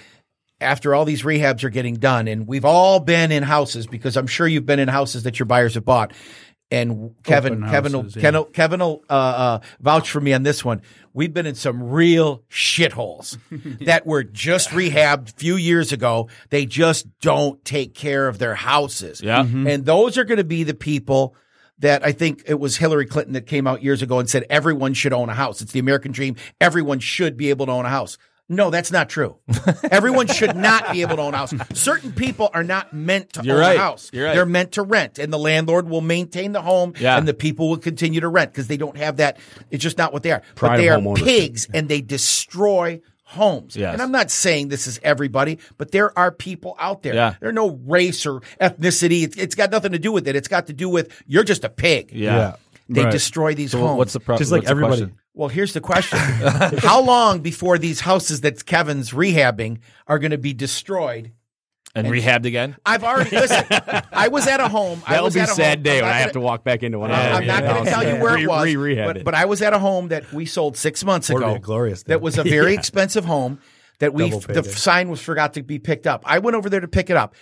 S5: after all these rehabs are getting done, and we've all been in houses because I'm sure you've been in houses that your buyers have bought. And Kevin, Kevin, will,
S4: houses, yeah.
S5: Ken will- Kevin will uh, uh, vouch for me on this one. We've been in some real shitholes that were just rehabbed a few years ago. They just don't take care of their houses.
S3: Yeah.
S4: Mm-hmm.
S5: And those are going to be the people that I think it was Hillary Clinton that came out years ago and said everyone should own a house. It's the American dream. Everyone should be able to own a house. No, that's not true. Everyone should not be able to own a house. Certain people are not meant to
S3: You're
S5: own
S3: right.
S5: a house.
S3: You're right.
S5: They're meant to rent, and the landlord will maintain the home,
S3: Yeah.
S5: and the people will continue to rent because they don't have that. It's just not what they are.
S6: Pride
S5: but
S6: of
S5: they are
S6: home ownership.
S5: pigs, and they destroy homes.
S3: Yes.
S5: And I'm not saying this is everybody, but there are people out there.
S3: Yeah.
S5: There are no race or ethnicity. It's, it's got nothing to do with it. It's got to do with you're just a pig.
S3: Yeah.
S7: Yeah.
S5: They
S4: Right.
S5: destroy these
S3: So
S5: homes.
S3: what's the problem?
S7: Just like everybody.
S5: well, here's the question. How long before these houses that Kevin's rehabbing are going to be destroyed?
S3: and rehabbed again.
S5: I've already listened. I was at a home. I
S6: That'll
S5: was
S6: be a
S5: at a
S6: sad
S5: home.
S6: day
S5: I'm
S6: when
S5: not
S6: I have
S5: gonna-
S6: to walk back into one. of
S5: I'm
S6: those
S5: not going
S6: houses.
S5: to tell you where it
S6: Re-
S5: was,
S6: re-rehab
S5: but,
S6: it.
S5: but I was at a home that we sold six months
S7: Or be
S5: ago.
S7: a glorious day.
S5: That was a very expensive home that we
S7: Double
S5: the
S7: payday.
S5: sign was forgot to be picked up. I went over there to pick it up.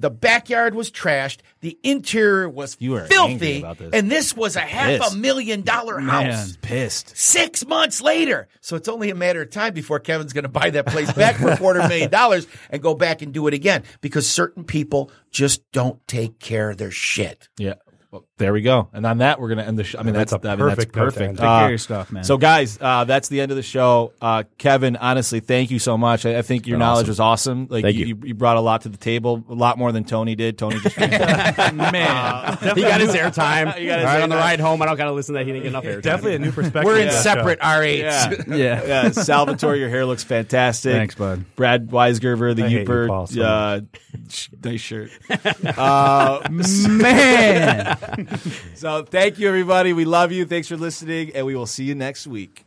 S5: The backyard was trashed. The interior was
S3: You were angry
S5: filthy,
S3: about this.
S5: and this was a half
S3: Pissed.
S5: a million dollar house.
S3: Pissed.
S5: Six months later, so it's only a matter of time before Kevin's going to buy that place back for a quarter million dollars and go back and do it again because certain people just don't take care of their shit.
S3: Yeah. Well, there we go. And on that, we're going to end the show. I mean, that's,
S7: That's a
S3: I mean, that's
S7: perfect note to
S3: perfect. Uh,
S7: end.
S4: Take care of your stuff, man.
S3: So, guys, uh, that's the end of the show. Uh, Kevin, honestly, thank you so much. I, I think your knowledge was awesome. Like
S6: Thank
S3: you,
S6: you.
S3: you brought a lot to the table, a lot more than Tony did. Tony just man.
S6: he got his airtime.
S3: You got his
S6: All right, on the
S3: airtime.
S6: ride home, I don't got to listen to that. He didn't get enough airtime.
S7: Definitely a new perspective.
S5: We're
S7: on
S5: in
S7: that
S5: separate R8s.
S3: Yeah.
S4: Yeah.
S3: yeah, Salvatore, your hair looks fantastic.
S4: Thanks, bud.
S3: Brad Weisgerber, the
S7: I hate you, Paul,
S3: Uper.
S7: so
S3: uh, sh- nice shirt.
S4: Man.
S3: So, thank you, everybody. We love you. Thanks for listening, and we will see you next week.